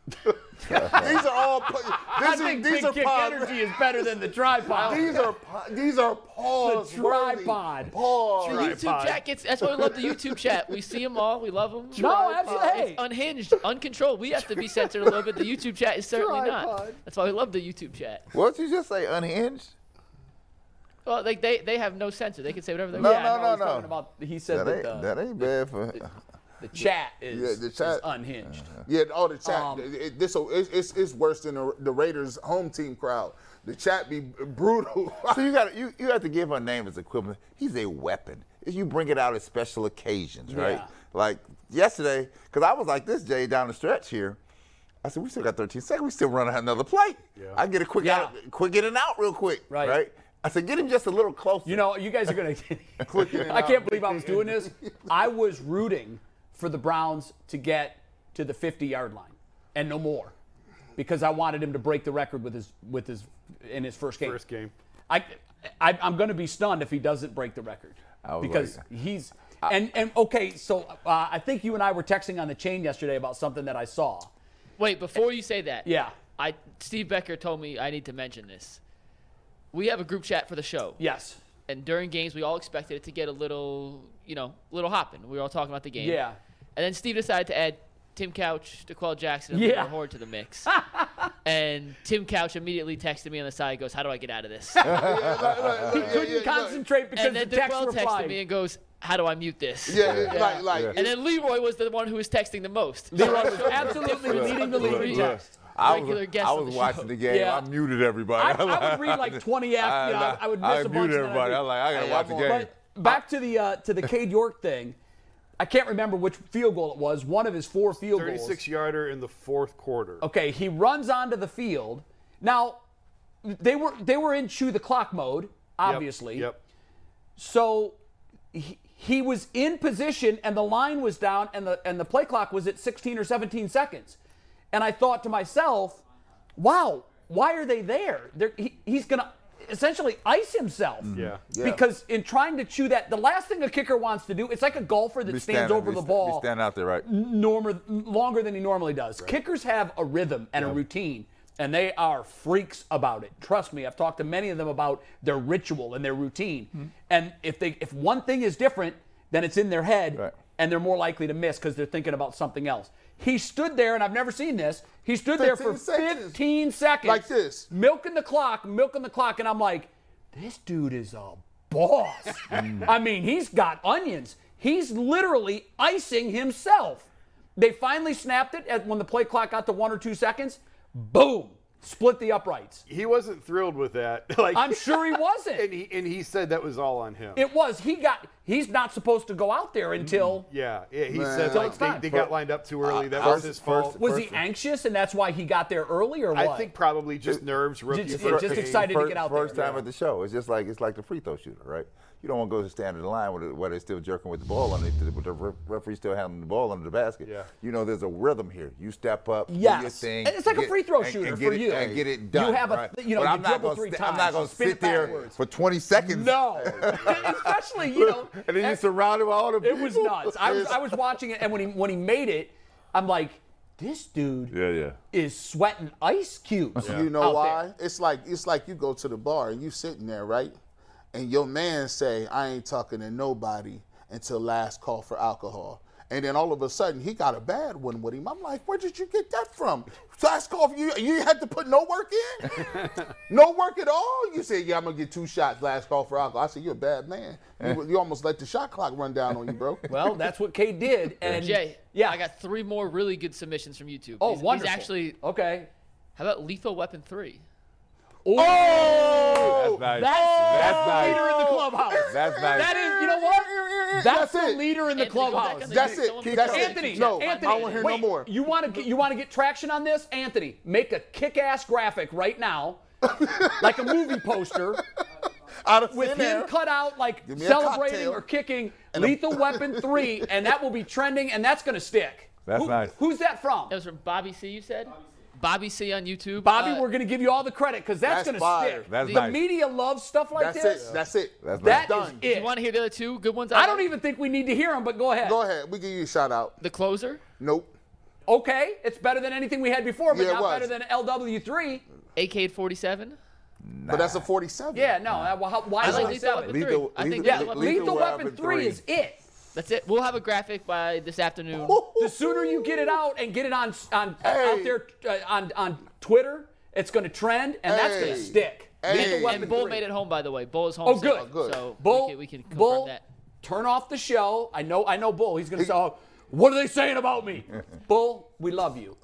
D: These are all. pla-
B: I
D: These are
B: think
D: these
B: Big
D: are
B: Kick
D: pod.
B: Energy is better than the tripod.
D: These are pa- these are pause.
B: tripod.
E: The
D: Pause.
E: YouTube chat gets. That's why we love the YouTube chat. We see them all. We love them.
B: No, absolutely.
E: It's unhinged, uncontrolled. We have to be censored a little bit. The YouTube chat is certainly
B: Tripod.
E: not. That's why we love the YouTube chat.
C: What did you just say? Unhinged?
E: Well, like they, they have no censor. They can say whatever they
C: No,
E: want.
B: yeah, I know
C: no,
B: he's
C: no.
B: talking About, he said
C: That
B: that,
C: ain't,
B: the,
C: that ain't bad for.
B: the chat is,
D: Yeah, the
B: is
D: chat-
B: unhinged.
C: Uh-huh.
D: Yeah, all the chat.
B: Um,
D: it, it- this it, it's it's worse than the, the Raiders home team crowd. The chat be brutal.
C: So you got you you have to give her name as equivalent. He's a weapon. You bring it out at special occasions, right?
B: Yeah.
C: Like yesterday, because I was like this, Jay, down the stretch here. I said, we still got 13 seconds. We still running another play. I get a quick
B: Yeah.
C: out, quick in and out real quick,
B: Right.
C: right? I said, get him just a little closer.
B: You know, you guys are gonna. I can't believe I was doing this. I was rooting for the Browns to get to the 50-yard line and no more, because I wanted him to break the record with his with his in his first game.
A: First game.
B: I, I I'm going to be stunned if he doesn't break the record
C: I was
B: because
C: like-
B: he's and and okay. So uh, I think you and I were texting on the chain yesterday about something that I saw.
E: Wait, before you say that.
B: Yeah.
E: I Steve Becker told me I need to mention this. We have a group chat for the show.
B: Yes.
E: And during games, we all expected it to get a little, you know, little hopping. We were all talking about the game.
B: Yeah.
E: And then Steve decided to add Tim Couch, DeQuell Jackson, and
B: Yeah.
E: Leonard Horde to the mix. and Tim Couch immediately texted me on the side, goes, How do I get out of this?
D: he
B: Couldn't concentrate because
E: and then
B: the text
E: DeQuell
B: replied.
E: texted me and goes, How do I mute this?
D: Yeah, it- like like.
E: And then Leroy was the one who was texting the most.
B: Leroy was absolutely leading the league in
E: Look,
B: text.
C: I
E: regular
C: was,
E: guest
C: I
E: on
C: was
E: the
C: watching
E: show.
C: the game.
B: Yeah.
C: I muted everybody.
B: I, I would read like 20 after. you know, I, I would miss
C: I
B: a
C: muted
B: bunch. and then I'd
C: everybody.
B: read-
C: I'm like, I gotta
D: Hey,
C: watch
D: I'm
C: the
D: on-
C: game.
B: But back to the uh, to the Cade York thing. I can't remember which field goal it was. One of his four field goals. Oh,
A: 36 yarder in the fourth quarter.
B: Okay, he runs onto the field. Now, they were they were in chew the clock mode,
A: Yep,
B: obviously.
A: Yep.
B: So he, he was in position and the line was down and the and the play clock was at 16 or 17 seconds. And I thought to myself, "Wow, why are they there? They're, he, he's going to essentially ice himself."
A: Yeah.
B: Because in trying to chew that, the last thing a kicker wants to do, it's like a golfer that
C: Be
B: stands
C: standing-
B: over
C: be
B: the
C: sta-
B: ball
C: Be standing out there, right?
B: normer, longer than he normally does. Kickers have a rhythm and a routine, and they are freaks about it. Trust me, I've talked to many of them about their ritual and their routine. And if they if one thing is different, then it's in their head,
C: Right.
B: and they're more likely to miss because they're thinking about something else. He stood there, and I've never seen this. He stood there for
D: 15 seconds.
B: 15 seconds,
D: Like this.
B: milking the clock, milking the clock, and I'm like, this dude is a boss. I mean, he's got onions. He's literally icing himself. They finally snapped it at when the play clock got to one or two seconds. Boom! Split the uprights.
A: He wasn't thrilled with that. like
B: I'm sure he wasn't.
A: and he and he said that was all on him.
B: It was. He got. He's not supposed to go out there until.
A: Mm, yeah, yeah. He
D: Man.
A: said
D: So
A: like
B: it's
A: they,
B: not-
A: they got lined up too early. that was
C: first-
A: his fault.
C: first-
B: Was
C: first-
B: he anxious, and that's why he got there early, or what?
A: I think probably just nerves, rookie
B: Just-
A: first
B: just
A: game.
B: excited to
C: first,
B: get out
C: first
B: there.
C: time at the show. It's just like it's like the free throw shooter, right? You don't want to go to stand in the line where, where they're still jerking with the ball underneath, the, with the ref- referee still handling the ball under the basket.
A: Yeah.
C: You know, there's a rhythm here. You step up, do your
B: Yes.
C: thing.
B: And it's like a free throw shooter
C: get
B: for
C: it,
B: you.
C: and get it
B: You
C: done.
B: have a-
C: right?
B: you know,
C: But
B: you
C: I'm not
B: dribble
C: gonna
B: three
C: sta- I'm not
B: times,
C: going to
B: spin it
C: sit there
B: backwards.
C: for 20 seconds.
B: No, especially you know.
C: and then you surround him with all the
B: It was nuts. I was I was watching it, and when he when he made it, I'm like, this dude
C: Yeah, yeah.
B: is sweating ice cubes.
D: You know
B: out
D: why?
B: there.
D: It's like it's like you go to the bar and you sitting there, right? And your man say, "I ain't talking to nobody until last call for alcohol." And then all of a sudden, he got a bad one with him. I'm like, where did you get that from? Saskov, you you had to put no work in, no work at all. You said, yeah, I'm gonna get two shots. Last call for alcohol. I said, you're a bad man. You, you almost let the shot clock run down on you, bro.
B: Well, that's what Kate did. And
E: Jay,
B: yeah,
E: I got three more really good submissions from YouTube.
B: Oh,
E: he's,
B: wonderful.
E: He's actually,
B: okay.
E: how about Lethal Weapon 3?
A: That's nice. That's nice.
B: the clubhouse.
A: That's nice.
B: That is, you know what? That's,
D: That's
B: the
D: it.
B: leader in the
E: Anthony, go back
B: clubhouse.
E: on the
D: That's
E: Dude,
D: it.
E: someone-
D: That's it.
B: Anthony,
D: No,
B: Anthony,
D: I don't hear
B: wait,
D: no more.
B: You want to you want to get traction on this, Anthony? Make a kick-ass graphic right now, like a movie poster,
D: Out of
B: with
D: thin air.
B: him cut out like
D: Give me a
B: celebrating
D: cocktail.
B: or kicking Lethal Weapon Three, and that will be trending, and that's going to stick.
C: That's
B: Who-
C: nice.
B: Who's that from?
E: That was from Bobby C, you said? Bobby C on YouTube.
B: Bobby,
E: Uh,
B: we're going to give you all the credit because that's,
D: That's
B: going to
D: fire.
B: stick.
C: That's
B: the
C: nice.
B: media loves stuff like
D: That's
B: this.
D: it. That's it.
C: That's
B: That
C: nice.
B: is
D: Done.
B: it.
E: you want to hear the other two good ones?
B: I don't
E: got?
B: even think we need to hear them, but go ahead.
D: Go ahead. We give you a shout out.
E: The closer,
D: Nope.
B: Okay, it's better than anything we had before, but
D: Yeah, it
B: not
D: was.
B: better than LW3.
E: AK 47.
D: But that's a 47.
B: Yeah, no. that- well, how- why
E: I
B: is
E: like
B: it
E: Lethal
B: seven?
E: Weapon
C: Lethal-
E: 3. I
C: Lethal-
E: think
B: Yeah,
E: Lethal Weapon-
B: Lethal Weapon
C: Weapon
B: 3
C: three.
B: is it.
E: That's it. We'll have a graphic by this afternoon.
B: The sooner you get it out and get it on on out
D: Hey.
B: there uh, on on Twitter, it's going to trend and that's going
D: Hey.
B: to stick.
D: Hey.
B: Lethal Weapon
E: And Bull
B: 3.
E: made it home, by the way. Bull is home.
B: Oh,
E: safe.
B: good. Oh,
D: good.
E: So
B: Bull,
E: we can, we can confirm
B: Bull,
E: that.
B: turn off the show. I know, I know. Bull, he's going to say, oh, "What are they saying about me?" Bull, we love you.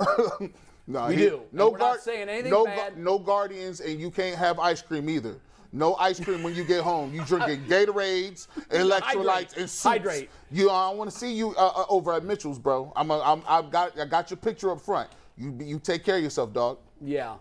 D: No,
B: We
D: he-
B: do.
D: No
B: And we're not
D: guard-
B: saying anything
D: no,
B: bad.
D: gu- no guardians, and you can't have ice cream either. No ice cream when you get home. You drinking Gatorades, electrolytes, and soups.
B: Hydrate.
D: You, I want to see you uh, uh, over at Mitchell's, bro. I'm, a, I'm, I've got, I got your picture up front. You, you take care of yourself, dog.
B: Yeah,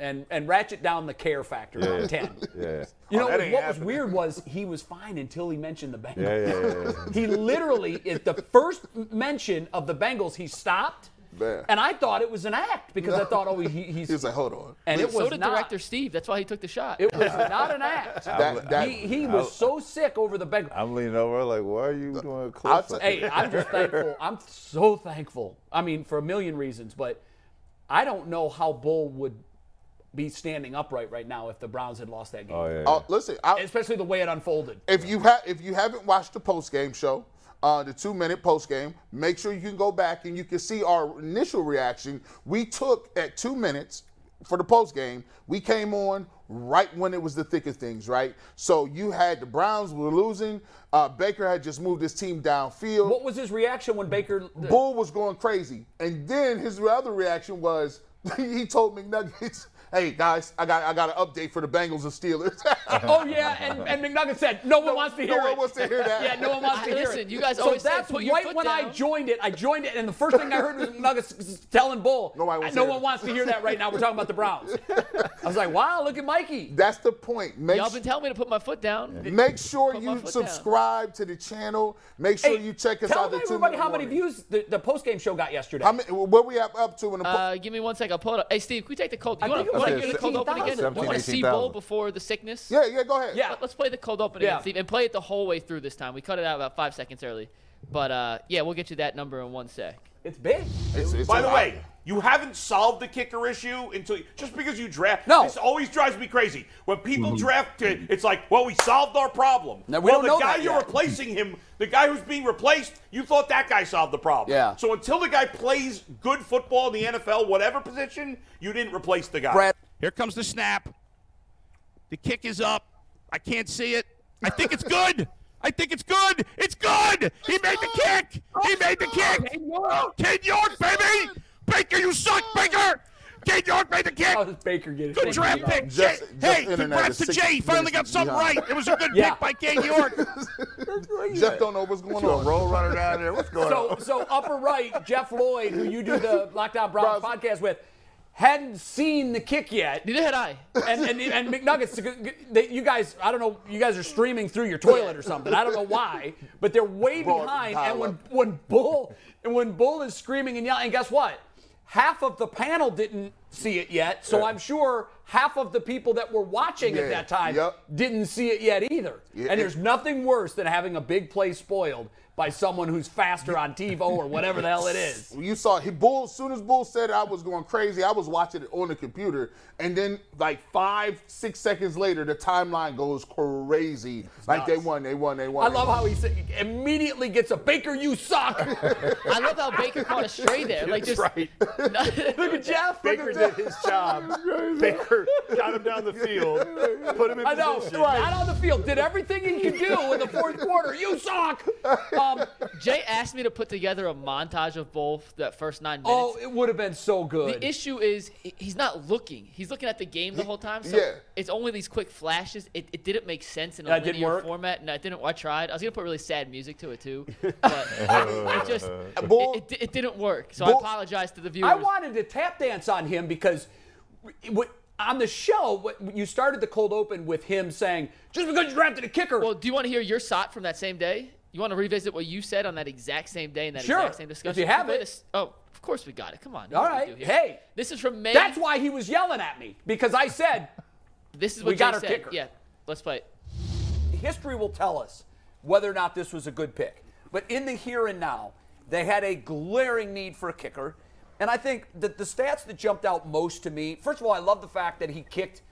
B: and and ratchet down the care factor
C: Yeah.
B: on ten.
C: Yeah.
B: You know
C: Oh, that
B: what
C: ain't
B: was
C: happening.
B: weird was he was fine until he mentioned the Bengals.
C: Yeah, yeah, yeah, yeah.
B: He literally, at the first mention of the Bengals, he stopped,
D: Man.
B: and I thought it was an act because I thought, oh, he, he's.
D: He was like, hold on.
B: and it
E: So
B: was
E: did
B: not.
E: director Steve. That's why he took the shot.
B: It was not an act.
D: That- that-
B: he, he was so sick over the Bengals.
C: I'm leaning over like, why are you doing a close up?
B: hey, I'm just thankful. I'm so thankful. I mean, for a million reasons, but I don't know how Bull would be standing upright right now if the Browns had lost that game.
C: Oh, yeah.
D: Uh, listen, I,
B: Especially the way it unfolded.
D: If you have if you haven't watched the post game show, uh, the two minute post game, make sure you can go back and you can see our initial reaction. We took at two minutes for the post game. We came on right when it was the thick of things, right? So you had the Browns were losing. Uh, Baker had just moved his team downfield.
B: What was his reaction when Baker?
D: Bull was going crazy, and then his other reaction was he told McNuggets, "Hey guys, I got I got an update for the Bengals and Steelers."
B: oh yeah, and, and McNugget said no one wants to hear
D: no
B: it.
D: one wants to hear that.
B: yeah, no one wants to
E: I-
B: hear
E: listen,
B: it.
E: you guys
B: so
E: always say,
B: that's
E: "Put your
B: right
E: foot
B: when I
E: down."
B: joined it. I joined it, and the first thing I heard was McNuggets telling Bull,
D: Nobody wants to
B: "No
D: hear
B: one
D: it."
B: wants to hear that right now. We're talking about the Browns." I was like, "Wow, look at Mikey."
D: That's the point. Make
E: Y'all been telling me to put my foot down.
D: Make sure
E: my
D: you
E: foot
D: subscribe to the channel. Make sure
B: Hey,
D: you check us
B: tell
D: out. the
B: everybody
D: two-minute
B: how many
D: warning.
B: views the, the post game show got yesterday.
D: How many, what we have up to in the po-
E: Uh, give me one second. I'll pull it up. Hey, Steve, can we take the cold?
B: I
E: You want
B: think it
E: to
B: was
E: want to
C: like
E: hear the cold open
B: 15,000.
E: again? I want to see
C: 17,000.
E: Bull before the sickness.
D: Yeah, yeah, go ahead.
B: yeah,
E: Let's play the cold open
B: Yeah.
E: again, Steve, and play it the whole way through this time. We cut it out about five seconds early, but uh, yeah, we'll get you that number in one sec.
B: it's big.
D: It's- it's
F: By
D: a
F: the
D: lot.
F: way, you haven't solved the kicker issue until just because you draft.
B: No. Mm-hmm.
F: this always drives me crazy when people draft it. It's like, well, we solved our problem.
B: No, we
F: well,
B: don't
F: the
B: know
F: guy
B: that
F: you're
B: yet.
F: replacing him, the guy who's being replaced, you thought that guy solved the problem.
B: Yeah.
F: So until the guy plays good football in the NFL, whatever position, you didn't replace the guy.
B: Brad-
F: Here comes the snap. The kick is up. I can't see it. I think it's good. I think it's good. It's good. He made the kick. He made the kick. Ken York, baby. Baker, you suck, Baker. Ken York made the kick.
B: How does Baker get it?
F: Good draft pick.
D: Just-
F: Jay-
D: just
F: hey,
D: internet
F: congrats
D: is
F: to
D: six
F: Jay. He Finally got
D: minutes
F: something right.
D: behind.
F: It was a good
B: Yeah.
F: pick by Ken York.
D: Jeff don't know what's going
C: You a
D: on.
C: roll runner down there? What's going
B: So,
C: on?
B: so upper right, Jeff Lloyd, who you do the Lockdown Browns
D: Browns.
B: podcast with, hadn't seen the kick yet,
E: Neither had I.
B: and and, and McNuggets, they, you guys, I don't know, you guys are streaming through your toilet or something. I don't know why, but they're way
D: Bro,
B: behind.
D: pile
B: And when
D: up.
B: when Bull and when Bull is screaming and yelling, and guess what? Half of the panel didn't see it yet, so I'm sure half of the people that were watching
D: Yeah,
B: at that time
D: yep.
B: didn't see it yet either.
D: Yeah,
B: and
D: it-
B: there's nothing worse than having a big play spoiled by someone who's faster on TiVo or whatever the hell it is.
D: You saw he Bull. As soon as Bull said it, I was going crazy. I was watching it on the computer, and then like five, six seconds later, the timeline goes crazy. like they
B: nuts.
D: won, they won, they won.
B: I
D: they
B: love
D: won.
B: how he sa- immediately gets a Baker, you suck.
E: I love how Baker caught a stray there. Like
A: That's
E: just
A: right.
B: Look at Jeff. Look
A: Baker
B: at
A: did
B: Jeff.
A: his job. Baker got him down the field, put him in
B: I know,
A: position.
B: not on the field. Did everything he could do in the fourth quarter. You suck. Um,
E: Jay asked me to put together a montage of both that first nine minutes.
B: oh, it would have been so good.
E: The issue is he- he's not looking. He's looking at the game the whole time. So
D: yeah.
E: it's only these quick flashes. It, it didn't make sense in a
B: That didn't
E: linear
B: work?
E: format. No, it didn't. I tried. I was gonna put really sad music to it too, but it just it,
D: Bull-
E: it, it didn't work. So I
D: Bull-
E: apologize to the viewers.
B: I wanted to tap dance on him because w- on the show, what- you started the cold open with him saying, just because you drafted a kicker.
E: well, do you want to hear your shot from that same day? You want to revisit what you said on that exact same day in that
B: Sure.
E: exact same
B: If
E: discussion?
B: you have
E: Play
B: it.
E: this- Oh, of course we got it. Come on. you know
B: All
E: what we
B: right.
E: do here.
B: Hey.
E: This is from May.
B: That's why he was yelling at me because I said,
E: This is what
B: we got
E: Jay
B: our
E: said.
B: kicker.
E: Yeah. Let's play it.
B: history will tell us whether or not this was a good pick. But in the here and now, they had a glaring need for a kicker. And I think that the stats that jumped out most to me, first of all, I love the fact that he kicked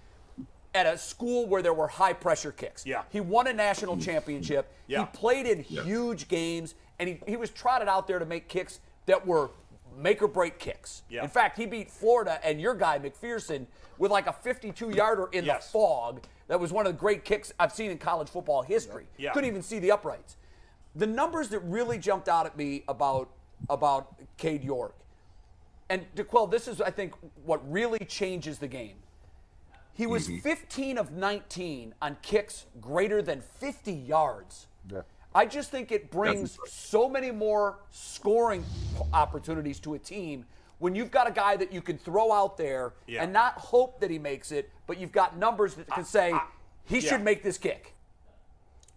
B: at a school where there were high pressure kicks.
A: Yeah.
B: He won a national championship.
A: Yeah.
B: He played in huge games and he, he was trotted out there to make kicks that were make or break kicks.
A: Yeah.
B: In fact, he beat Florida and your guy McPherson with like a 52 yarder in
A: Yes.
B: the fog. That was one of the great kicks I've seen in college football history.
A: Yeah.
B: Couldn't even see the uprights. The numbers that really jumped out at me about about Cade York. And DeQuell, this is I think what really changes the game. He was 15 of 19 on kicks greater than 50 yards.
C: Yeah.
B: I just think it brings so many more scoring opportunities to a team when you've got a guy that you can throw out there
A: Yeah.
B: and not hope that he makes it, but you've got numbers that can say he
A: yeah.
B: should make this kick.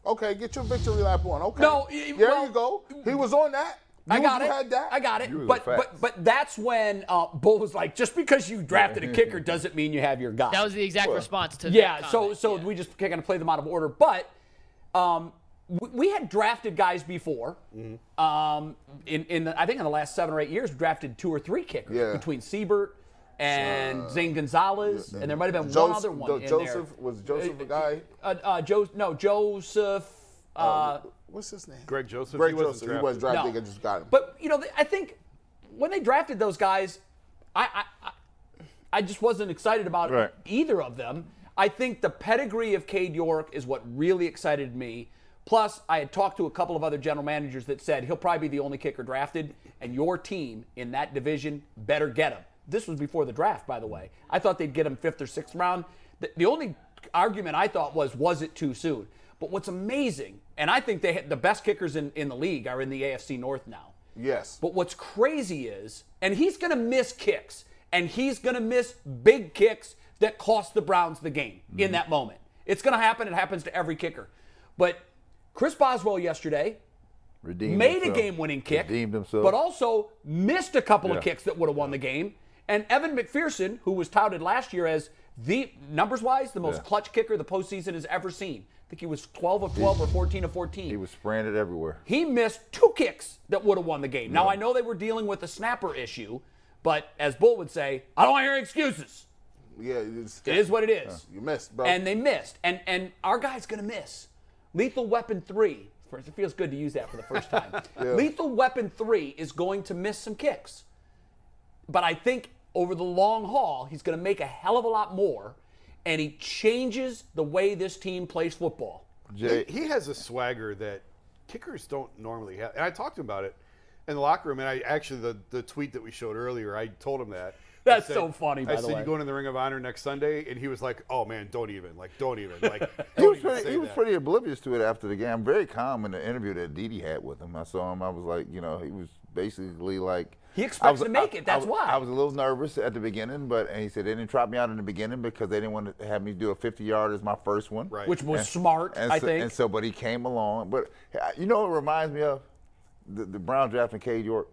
D: Okay, get your victory lap on. Okay.
B: No, y-
D: there
B: well-
D: you go. He was on that.
B: I
D: You-
B: got
D: you
B: it.
D: Had that.
B: I got it.
C: You were the
B: But
C: facts.
B: but but that's when uh, Bull was like, just because you drafted a kicker doesn't mean you have your guy.
E: That was the exact response to. that
B: Yeah, so
E: comment.
B: so
E: Yeah.
B: we just kind of play them out of order. But um, we, we had drafted guys before.
D: Mm-hmm.
B: Um, in in the, I think in the last seven or eight years, we drafted two or three kickers
D: Yeah.
B: between Siebert and Zane Gonzalez, and there might have been one
D: Jos-
B: other one.
D: Jo-
B: in
D: Joseph
B: there.
D: was Joseph a guy. Um,
B: Uh, uh, Joe, no, Joseph.
D: Oh,
B: Uh,
D: What's his name?
A: Greg Joseph.
D: Greg
A: he wasn't
D: Joseph. He was
A: drafted.
D: drafted.
B: No.
D: I just got him.
B: But you know, th- I think when they drafted those guys, I I, I- I just wasn't excited about
C: Right.
B: either of them. I think the pedigree of Cade York is what really excited me. Plus, I had talked to a couple of other general managers that said he'll probably be the only kicker drafted, and your team in that division better get him. This was before the draft, by the way. I thought they'd get him fifth or sixth round. The, the only argument I thought was, was it too soon? But what's amazing, and I think they had the best kickers in, in the league are in the AFC North now.
D: yes.
B: But what's crazy is, and he's going to miss kicks, and he's going to miss big kicks that cost the Browns the game
C: Mm-hmm.
B: in that moment. It's going to happen. It happens to every kicker. But Chris Boswell yesterday
C: Redeemed
B: made
C: himself.
B: a game-winning kick,
C: Redeemed himself.
B: but also missed a couple
C: Yeah.
B: of kicks that would have won the game. And Evan McPherson, who was touted last year as the numbers-wise the most
C: Yeah.
B: clutch kicker the postseason has ever seen, I think he was 12 of 12 or 14 of 14.
C: he was spraying it everywhere.
B: He missed two kicks that would have won the game. Now I know they were dealing with a snapper issue, but as Bull would say, I don't want to hear excuses.
D: yeah. It's,
B: It is what it is.
D: You missed, bro.
B: And they missed. And and our guy's gonna miss. Lethal Weapon Three. First, it feels good to use that for the first time. Lethal Weapon Three is going to miss some kicks, but I think over the long haul, he's gonna make a hell of a lot more, and he changes the way this team plays football.
C: Jay,
A: He, he has a swagger that kickers don't normally have. And I talked to him about it in the locker room. And I actually, the, the tweet that we showed earlier, I told him that. I
B: That's so funny, by
A: I
B: the
A: said,
B: way.
A: you going to the Ring of Honor next Sunday? And he was like, oh, man, don't even. Like, don't even. Like,
C: he was,
A: don't even
C: pretty,
A: say
C: he was
A: that.
C: pretty oblivious to it after the game. I'm very calm in the interview that Didi had with him. I saw him. I was like, you know, he was basically like.
B: He
C: I
B: expects to make
C: I-
B: it, that's
C: I, was-
B: why.
C: I was a little nervous at the beginning, but and he said they didn't trot me out in the beginning because they didn't want to have me do a 50 yard as my first one.
A: Right.
B: Which was
C: And-
B: smart,
C: and
B: I
C: so,
B: think.
C: And so, but he came along. But uh, you know, what it reminds me of the, the Brown draft and Cade York.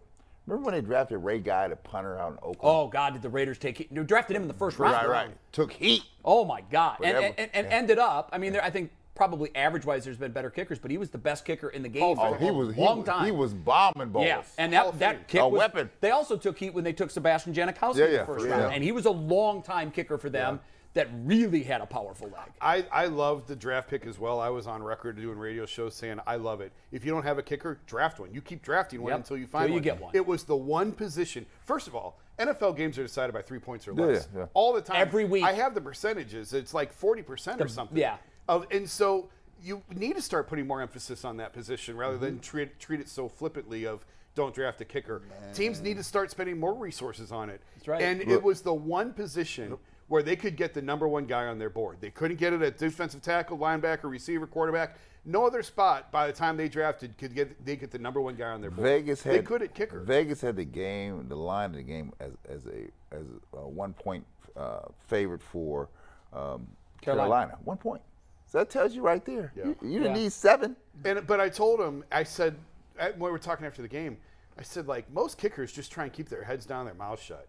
C: Remember when they drafted Ray Guy to punter out in Oakland?
B: Oh God, did the Raiders take? They drafted him in the first round.
C: right, right. Took heat.
B: Oh my God! And,
C: that
B: and,
C: was-
B: and, and ended up. I mean, there, I think probably average-wise, there's been better kickers, but he was the best kicker in the game.
C: Oh,
B: for
C: he
B: a
C: was he,
B: long
C: was-
B: time.
C: He was bombing balls.
B: Yeah, and that,
C: Hall of Fame.
B: that kick
C: a
B: was,
C: weapon.
B: They also took heat when they took Sebastian Janikowski
C: Yeah,
B: in
C: yeah,
B: the first
C: yeah.
B: round, and he was a long-time kicker for them that really had a powerful leg.
A: I, I love the draft pick as well. I was on record doing radio shows saying I love it. If you don't have a kicker, draft one. You keep drafting one
B: Yep.
A: until you find
B: Till you
A: one.
B: get one.
A: It was the one position. First of all, NFL games are decided by three points or
C: Yeah,
A: less
C: yeah, yeah.
A: all the time.
B: Every week.
A: I have the percentages. It's like forty percent or something.
B: yeah.
A: Of and so you need to start putting more emphasis on that position rather
B: Mm-hmm.
A: than treat treat it so flippantly of don't draft a kicker. Teams need to start spending more resources on it. That's
B: right.
A: And it was the one position where they could get the number one guy on their board. They couldn't get it at defensive tackle, linebacker, receiver, quarterback. No other spot by the time they drafted could get they get the number one guy on their board.
C: Vegas had
A: they could at kicker.
C: Vegas had the game, the line of the game as as a as a one point uh, favorite for um, Carolina.
B: Carolina.
C: One point. So that tells you right there. You, you didn't
B: Yeah.
C: need seven.
A: And but I told him, I said I- when we were talking after the game, I said like most kickers just try and keep their heads down, their mouths shut.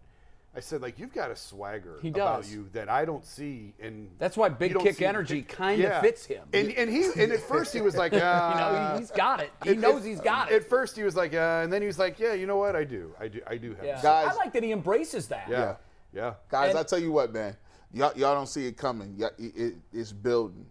A: I said like you've got a swagger
B: He
A: about
B: does.
A: you that I don't see in.
B: That's why
A: you
B: big
A: don't
B: kick
A: see in
B: energy
A: kick-
B: kinda fits him.
A: And and he and at first he was like, uh,
B: You know, he, he's got it. He knows he's got
A: At
B: it.
A: first he was like, uh, and then he was like, yeah, you know what? I do, I do, I do have.
B: Yeah.
A: a swagger."
D: Guys-
B: I like that he embraces that.
A: yeah, yeah.
D: Guys,
B: And-
D: I tell you what, man, y'all, y'all don't see it coming. Y'all, it, it- it's building.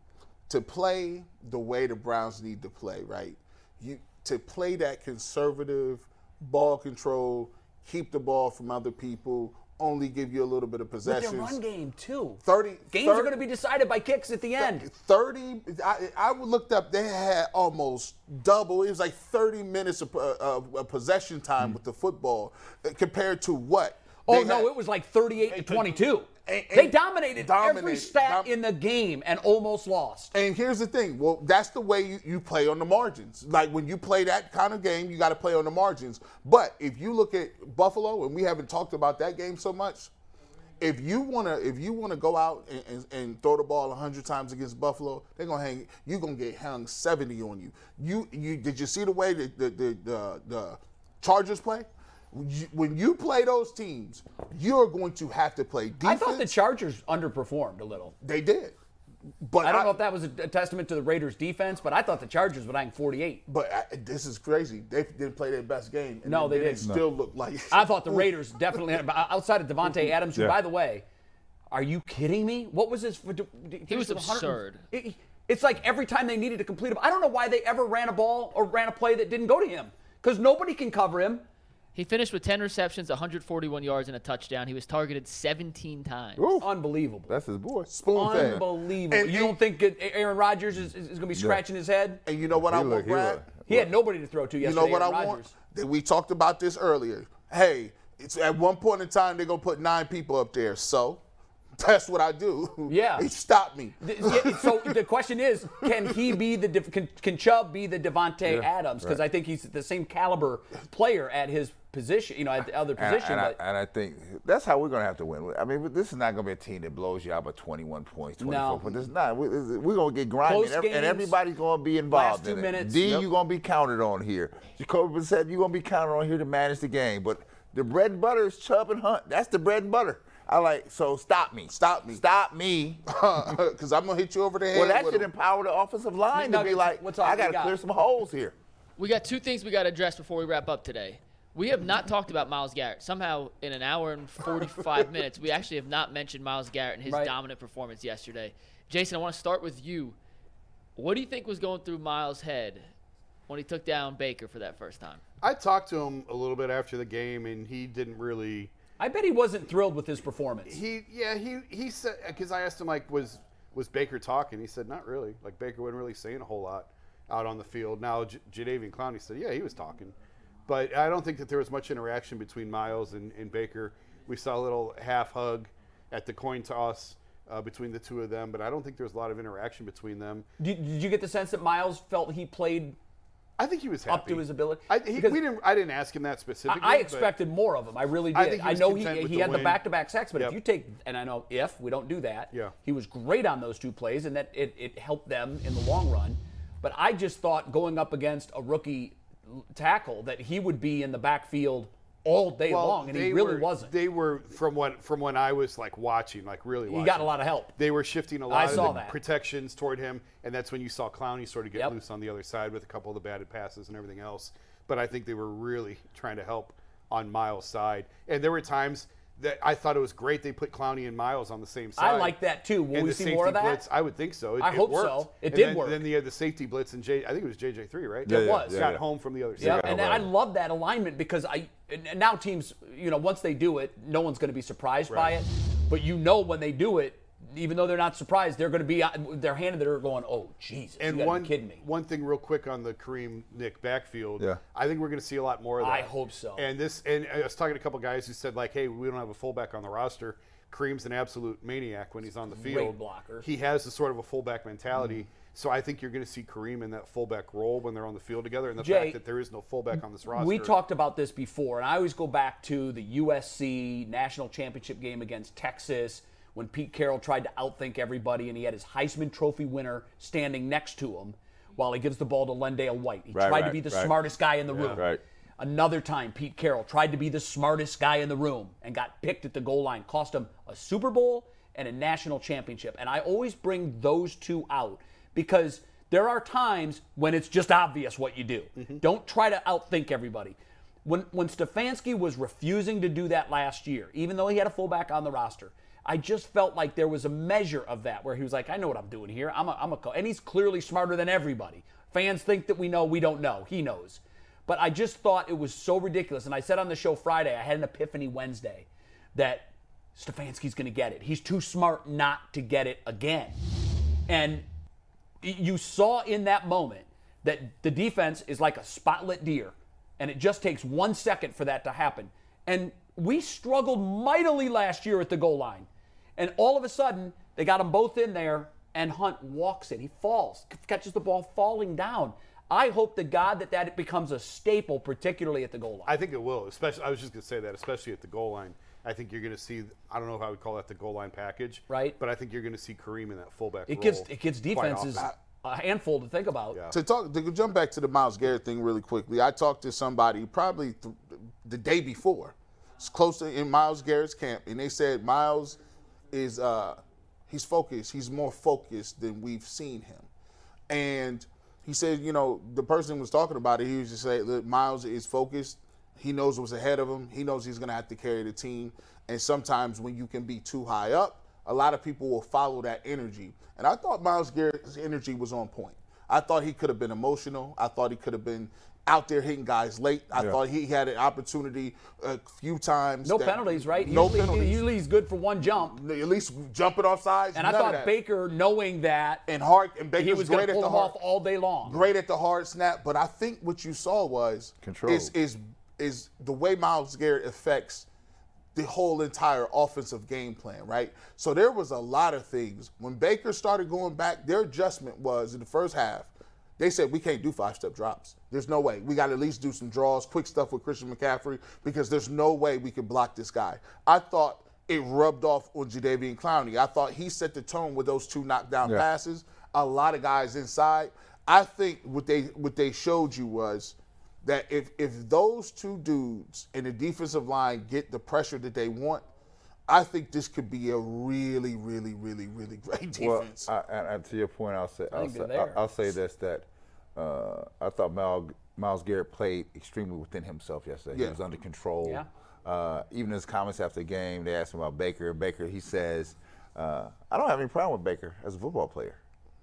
D: To play the way the Browns need to play, right? You to play that conservative ball control, keep the ball from other people, only give you a little bit of
B: With
D: possession.
B: their run game too.
D: 30
B: games
D: 30
B: are going to be decided by kicks at the end.
D: 30 I, I looked up they had almost double it was like 30 minutes of, uh, of of possession time with the football uh, compared to what
B: Mm. Oh
D: They
B: no,
D: had-
B: it was like 38 to 22.
D: and-
B: they
D: and
B: dominated, every
D: dominated.
B: stat
D: Dom-
B: in the game and almost lost.
D: And here's the thing. Well, that's the way you, you play on the margins. Like when you play that kind of game, you got to play on the margins. But if you look at Buffalo, and we haven't talked about that game so much, if you wanna if you wanna go out and, and, and throw the ball hundred times against Buffalo, they're gonna hang. You're gonna get hung seventy on you. You you did you see the way the the the, the, the Chargers play? When you- When you play those teams, you're going to have to play defense.
B: I thought the Chargers underperformed a little.
D: they did, but
B: I don't know if that was a, a testament to the Raiders' defense, but I thought the Chargers would hang 48.
D: But I, this is crazy. They didn't play their best game. and
B: No,
D: then
B: they
D: didn't.
B: didn't. No.
D: Still look like.
B: I thought the Raiders definitely had, outside of Devontae Adams, who, by the way, are you kidding me? What was his? He
E: was absurd.
B: it's like every time they needed to complete him. I don't know why they ever ran a ball or ran a play that didn't go to him because nobody can cover him.
E: He finished with 10 receptions, 141 yards, and a touchdown. He was targeted 17 times.
B: Unbelievable.
C: That's his boy.
D: spoon fed.
B: Unbelievable.
D: And-
B: you don't think that Aaron Rodgers is, is, going to be scratching his head?
D: And you know what I
C: look-
D: want,
C: he
D: Brad?
C: look-
B: He had nobody to throw to
D: You
B: yesterday.
D: know what I
B: Aaron
D: want?
B: Rodgers.
D: That we talked about this earlier. Hey, it's at one point in time they're gonna put nine people up there. So that's what I do.
B: Yeah.
D: He stopped me.
B: Th- yeah, so the question is, can he be the diff- can, can Chubb be the Devonte Adams? Because I think he's the same caliber player at his position, you know, at the other
C: And, I-
B: position.
C: and, I,
B: but
C: and I think that's how we're going to have to win. I mean, this is not going to be a team that blows you out by 21 points, 24
B: No.
C: points. It's not. We- this is- We're going to get grinded,
B: Close
C: and, ev- and
B: games,
C: everybody's going to be
B: last
C: involved
B: two
C: in it.
B: minutes.
C: D,
B: Yep.
C: you're going to be counted on here. Jacoby said you're going to be counted on here to manage the game. But the bread and butter is Chubb and Hunt. That's the bread and butter. I like, so stop me.
D: Stop me.
C: Stop me.
D: Because I'm gonna hit you over the head.
C: Well, that
D: with
C: should
D: him.
C: empower the offensive line to be
B: McNuggets,
C: like,
B: what's up?
C: I
B: You
C: got to
B: got-
C: clear some holes here.
E: We got two things we got to address before we wrap up today. We have not talked about Miles Garrett. Somehow, in an hour and 45 minutes, we actually have not mentioned Miles Garrett and his
B: Right.
E: dominant performance yesterday. Jason, I want to start with you. What do you think was going through Miles' head when he took down Baker for that first time?
A: I talked to him a little bit after the game, and he didn't really.
B: I bet he wasn't thrilled with his performance.
A: He yeah he he said because I asked him like was was Baker talking? He said not really. Like Baker wasn't really saying a whole lot out on the field. Now J- Jadavian Clowney said yeah he was talking, but I don't think that there was much interaction between Miles and, and Baker. We saw a little half hug at the coin toss uh, between the two of them, but I don't think there was a lot of interaction between them.
B: Did, did you get the sense that Miles felt he played?
A: I think he was happy.
B: Up to his ability?
A: I, he,
B: Because-
A: we didn't. I didn't ask him that specifically.
B: I, I
A: but-
B: expected more of him. I really did.
A: I
B: I,
A: think he was
B: know he,
A: content with
B: he
A: the
B: had the
A: win.
B: back-to-back sacks, but
A: Yep.
B: if you take and I know if we don't do that,
A: Yeah.
B: he was great on those two plays, and that it, it helped them in the long run. But I just thought going up against a rookie l- tackle that he would be in the backfield all day
A: Well,
B: long, and he
A: they
B: really
A: were-
B: wasn't.
A: They were from what from when I was like watching, like really.
B: he
A: Watching,
B: got a lot of help.
A: They were shifting a lot of
B: saw
A: the
B: that.
A: protections toward him, and that's when you saw Clowney sort of get
B: Yep.
A: loose on the other side with a couple of the batted passes and everything else. But I think they were really trying to help on Miles' side, and there were times that I thought it was great they put Clowney and Miles on the same side.
B: I like that too. Will
A: and
B: we
A: the
B: see
A: safety
B: more of that?
A: Blitz, I would think so. It,
B: I
A: it
B: hope
A: worked.
B: so. It
A: And
B: did
A: then,
B: work.
A: Then the, uh, the safety blitz and J. I think it was JJ three, right?
B: It was.
A: got
C: yeah.
A: home from the other
B: Yeah,
A: side.
B: and
C: right.
B: I love that alignment because I and and now teams, you know, once they do it, no one's going to be surprised by
A: Right.
B: it. But you know, when they do it, even though they're not surprised, they're going to be uh, their hand in the dirt, going, "Oh Jesus,
A: And
B: you got
A: one
B: to be kidding me."
A: one thing real quick on the Kareem Nick backfield.
C: Yeah.
A: I think we're going to see a lot more of that.
B: I hope so.
A: And this and I was talking to a couple guys who said like, "Hey, we don't have a fullback on the roster." Kareem's an absolute maniac when he's on the field.
B: blocker. Mm.
A: He has the sort of a fullback mentality. So I think you're going to see Kareem in that fullback role when they're on the field together, and the
B: Jay,
A: fact that there is no fullback on this roster.
B: We talked about this before, and I always go back to the USC national championship game against Texas when Pete Carroll tried to outthink everybody, and he had his Heisman Trophy winner standing next to him while he gives the ball to Lendale White. He
C: Right,
B: tried to
C: right,
B: be the
C: right.
B: smartest guy in the room.
C: right.
B: Another time, Pete Carroll tried to be the smartest guy in the room and got picked at the goal line, cost him a Super Bowl and a national championship. And I always bring those two out because there are times when it's just obvious what you do. Don't try to outthink everybody. When, when Stefanski was refusing to do that last year, even though he had a fullback on the roster, I just felt like there was a measure of that where he was like, I know what I'm doing here. I'm a, I'm a co-. And he's clearly smarter than everybody. Fans think that we know, we don't know. He knows. But I just thought it was so ridiculous. And I said on the show Friday, I had an epiphany Wednesday that Stefanski's going to get it. He's too smart not to get it again. And y- you saw in that moment that the defense is like a spotlit deer, and it just takes one second for that to happen. And we struggled mightily last year at the goal line. And all of a sudden, they got them both in there, and Hunt walks it. He falls, c- catches the ball falling down. I hope to God that that becomes a staple, particularly at the goal line.
A: I think it will. Especially, I was just going to say that, especially at the goal line. I think you're going to see. I don't know if I would call that the goal line package,
B: Right.
A: But I think you're going to see Kareem in that fullback.
B: it gives
A: role
B: it gives
A: quite
B: defenses
A: often. Ah,
B: a handful to think about.
D: to talk to jump back to the Miles Garrett thing really quickly. I talked to somebody probably th- the day before. It's close to in Miles Garrett's camp, and they said Miles is uh, he's focused. He's more focused than we've seen him, and he said, you know, the person who was talking about it, he was just saying that Miles is focused. He knows what's ahead of him. He knows he's going to have to carry the team. And sometimes when you can be too high up, a lot of people will follow that energy. And I thought Miles Garrett's energy was on point. I thought he could have been emotional. I thought he could have been out there hitting guys late. I thought he had an opportunity a few times.
B: No
D: that-
B: penalties, right?
D: No
B: usually,
D: penalties.
B: Usually he's good for one jump.
D: At least jumping off sides.
B: And I
D: none of
B: thought
D: that.
B: Baker, knowing that,
D: and Hart and Baker's
B: he was going to
D: great at
B: pull
D: the
B: him
D: heart.
B: off all day long.
D: great at the hard snap, but I think what you saw was
C: Control.
D: is is is the way Miles Garrett affects the whole entire offensive game plan, right? So there was a lot of things. When Baker started going back, their adjustment was in the first half, they said we can't do five step drops. There's no way. We got to at least do some draws, quick stuff with Christian McCaffrey, because there's no way we can block this guy. I thought it rubbed off on Jadavian Clowney. I thought he set the tone with those two knockdown passes. A lot of guys inside. I think what they what they showed you was that if if those two dudes in the defensive line get the pressure that they want, I think this could be a really, really, really, really great defense.
C: Well, I, and, and to your point, I'll say I'll
B: think
C: say,
B: they're
C: I'll,
B: there.
C: I'll say this that uh, I thought Mal, Miles Garrett played extremely within himself yesterday.
D: Yeah.
C: He was under control.
B: Yeah.
C: Uh, even his comments after the game, they asked him about Baker. Baker, he says, uh, "I don't have any problem with Baker as a football player."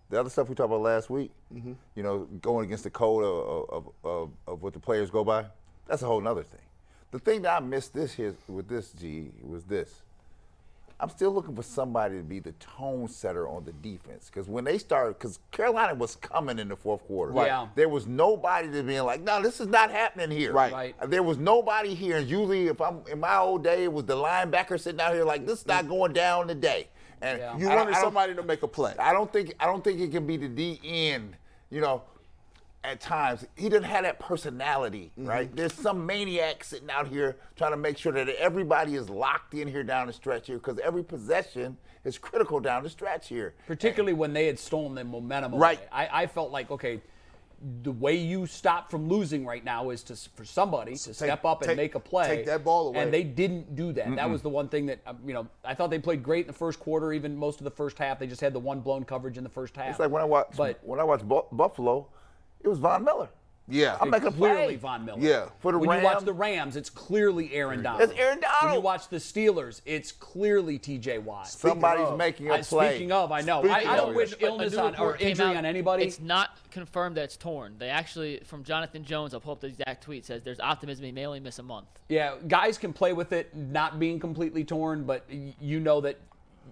C: The other stuff we talked about last week, you know, going against the code of, of, of, of what the players go by, that's a whole nother thing. The thing that I missed this here with this G was this. I'm still looking for somebody to be the tone setter on the defense. Because when they started, because Carolina was coming in the fourth quarter.
B: Right. Yeah.
C: There was nobody to being like, no, this is not happening here.
D: Right.
B: Right.
C: There was nobody here. And usually, if I'm in my old day, it was the linebacker sitting out here like, this is not going down today. And
B: Yeah.
D: you
C: I-
D: wanted
C: I don't-
D: somebody to make a play.
C: I don't think I don't think it can be the DN. You know, at times he doesn't have that personality,
B: Mm-hmm.
C: right? There's some maniac sitting out here trying to make sure that everybody is locked in here down the stretch here because every possession is critical down the stretch here.
B: particularly when they had stolen the momentum
D: Right.
B: away. I, I felt like, okay, the way you stop from losing right now is to s- for somebody to step up and
D: take-
B: make a play.
D: take that ball away.
B: And they didn't do that. That was the one thing that um, you know. I thought they played great in the first quarter, even most of the first half. They just had the one blown coverage in the first half.
C: It's like when I watched
B: But-
C: when I watched Bu- Buffalo, it was Von Miller.
D: Yeah.
C: I'm making a play.
B: clearly Von Miller.
D: Yeah.
C: For the
B: when you watch
C: Rams.
B: the Rams, it's clearly Aaron Donald.
C: It's Aaron
B: When you
C: Donald.
B: watch the Steelers, it's clearly T.J. Watt.
C: Somebody's
D: of-
C: making a
B: I-
C: play.
B: Speaking of, I know. I,
D: Speaking
B: I
D: of,
B: don't wish
E: But a
B: illness
E: new
B: on or
E: report came
B: injury
E: out,
B: on anybody.
E: It's not confirmed that it's torn. They actually, from Jonathan Jones, I'll pull up the exact tweet. Says there's optimism he may only miss a month.
B: yeah, guys can play with it not being completely torn, but y- you know that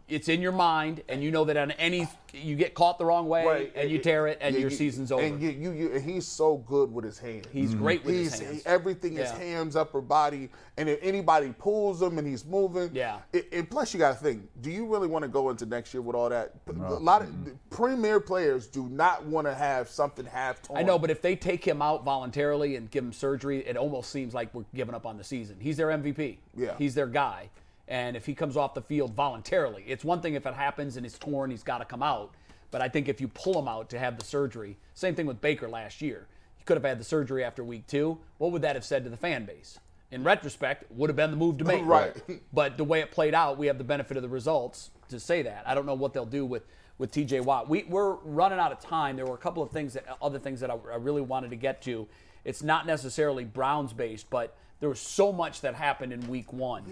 B: it's in your mind, and you know that on any you get caught the wrong way,
D: Right,
B: and
D: it-
B: you tear it, and
D: yeah,
B: your
D: you-
B: season's over.
D: And you, you, you, and he's so good with his hands.
B: He's great with his
D: He's-
B: hands.
D: he- everything is
B: Yeah.
D: hands, upper body, and if anybody pulls him and he's moving,
B: Yeah.
D: It, and plus, you got to think: Do you really want to go into next year with all that? P- A lot of premier players do not want to have something half torn.
B: I know, but if they take him out voluntarily and give him surgery, it almost seems like we're giving up on the season. He's their MVP.
D: Yeah.
B: He's their guy. And if he comes off the field voluntarily, it's one thing if it happens and it's torn, he's got to come out. But I think if you pull him out to have the surgery, same thing with Baker last year. He could have had the surgery after week two. What would that have said to the fan base? In retrospect, would have been the move to make.
D: Right.
B: But the way it played out, we have the benefit of the results to say that. I don't know what they'll do with with T.J. Watt. We, we're running out of time. There were a couple of things that other things that I, I really wanted to get to. It's not necessarily Browns based, but there was so much that happened in Week One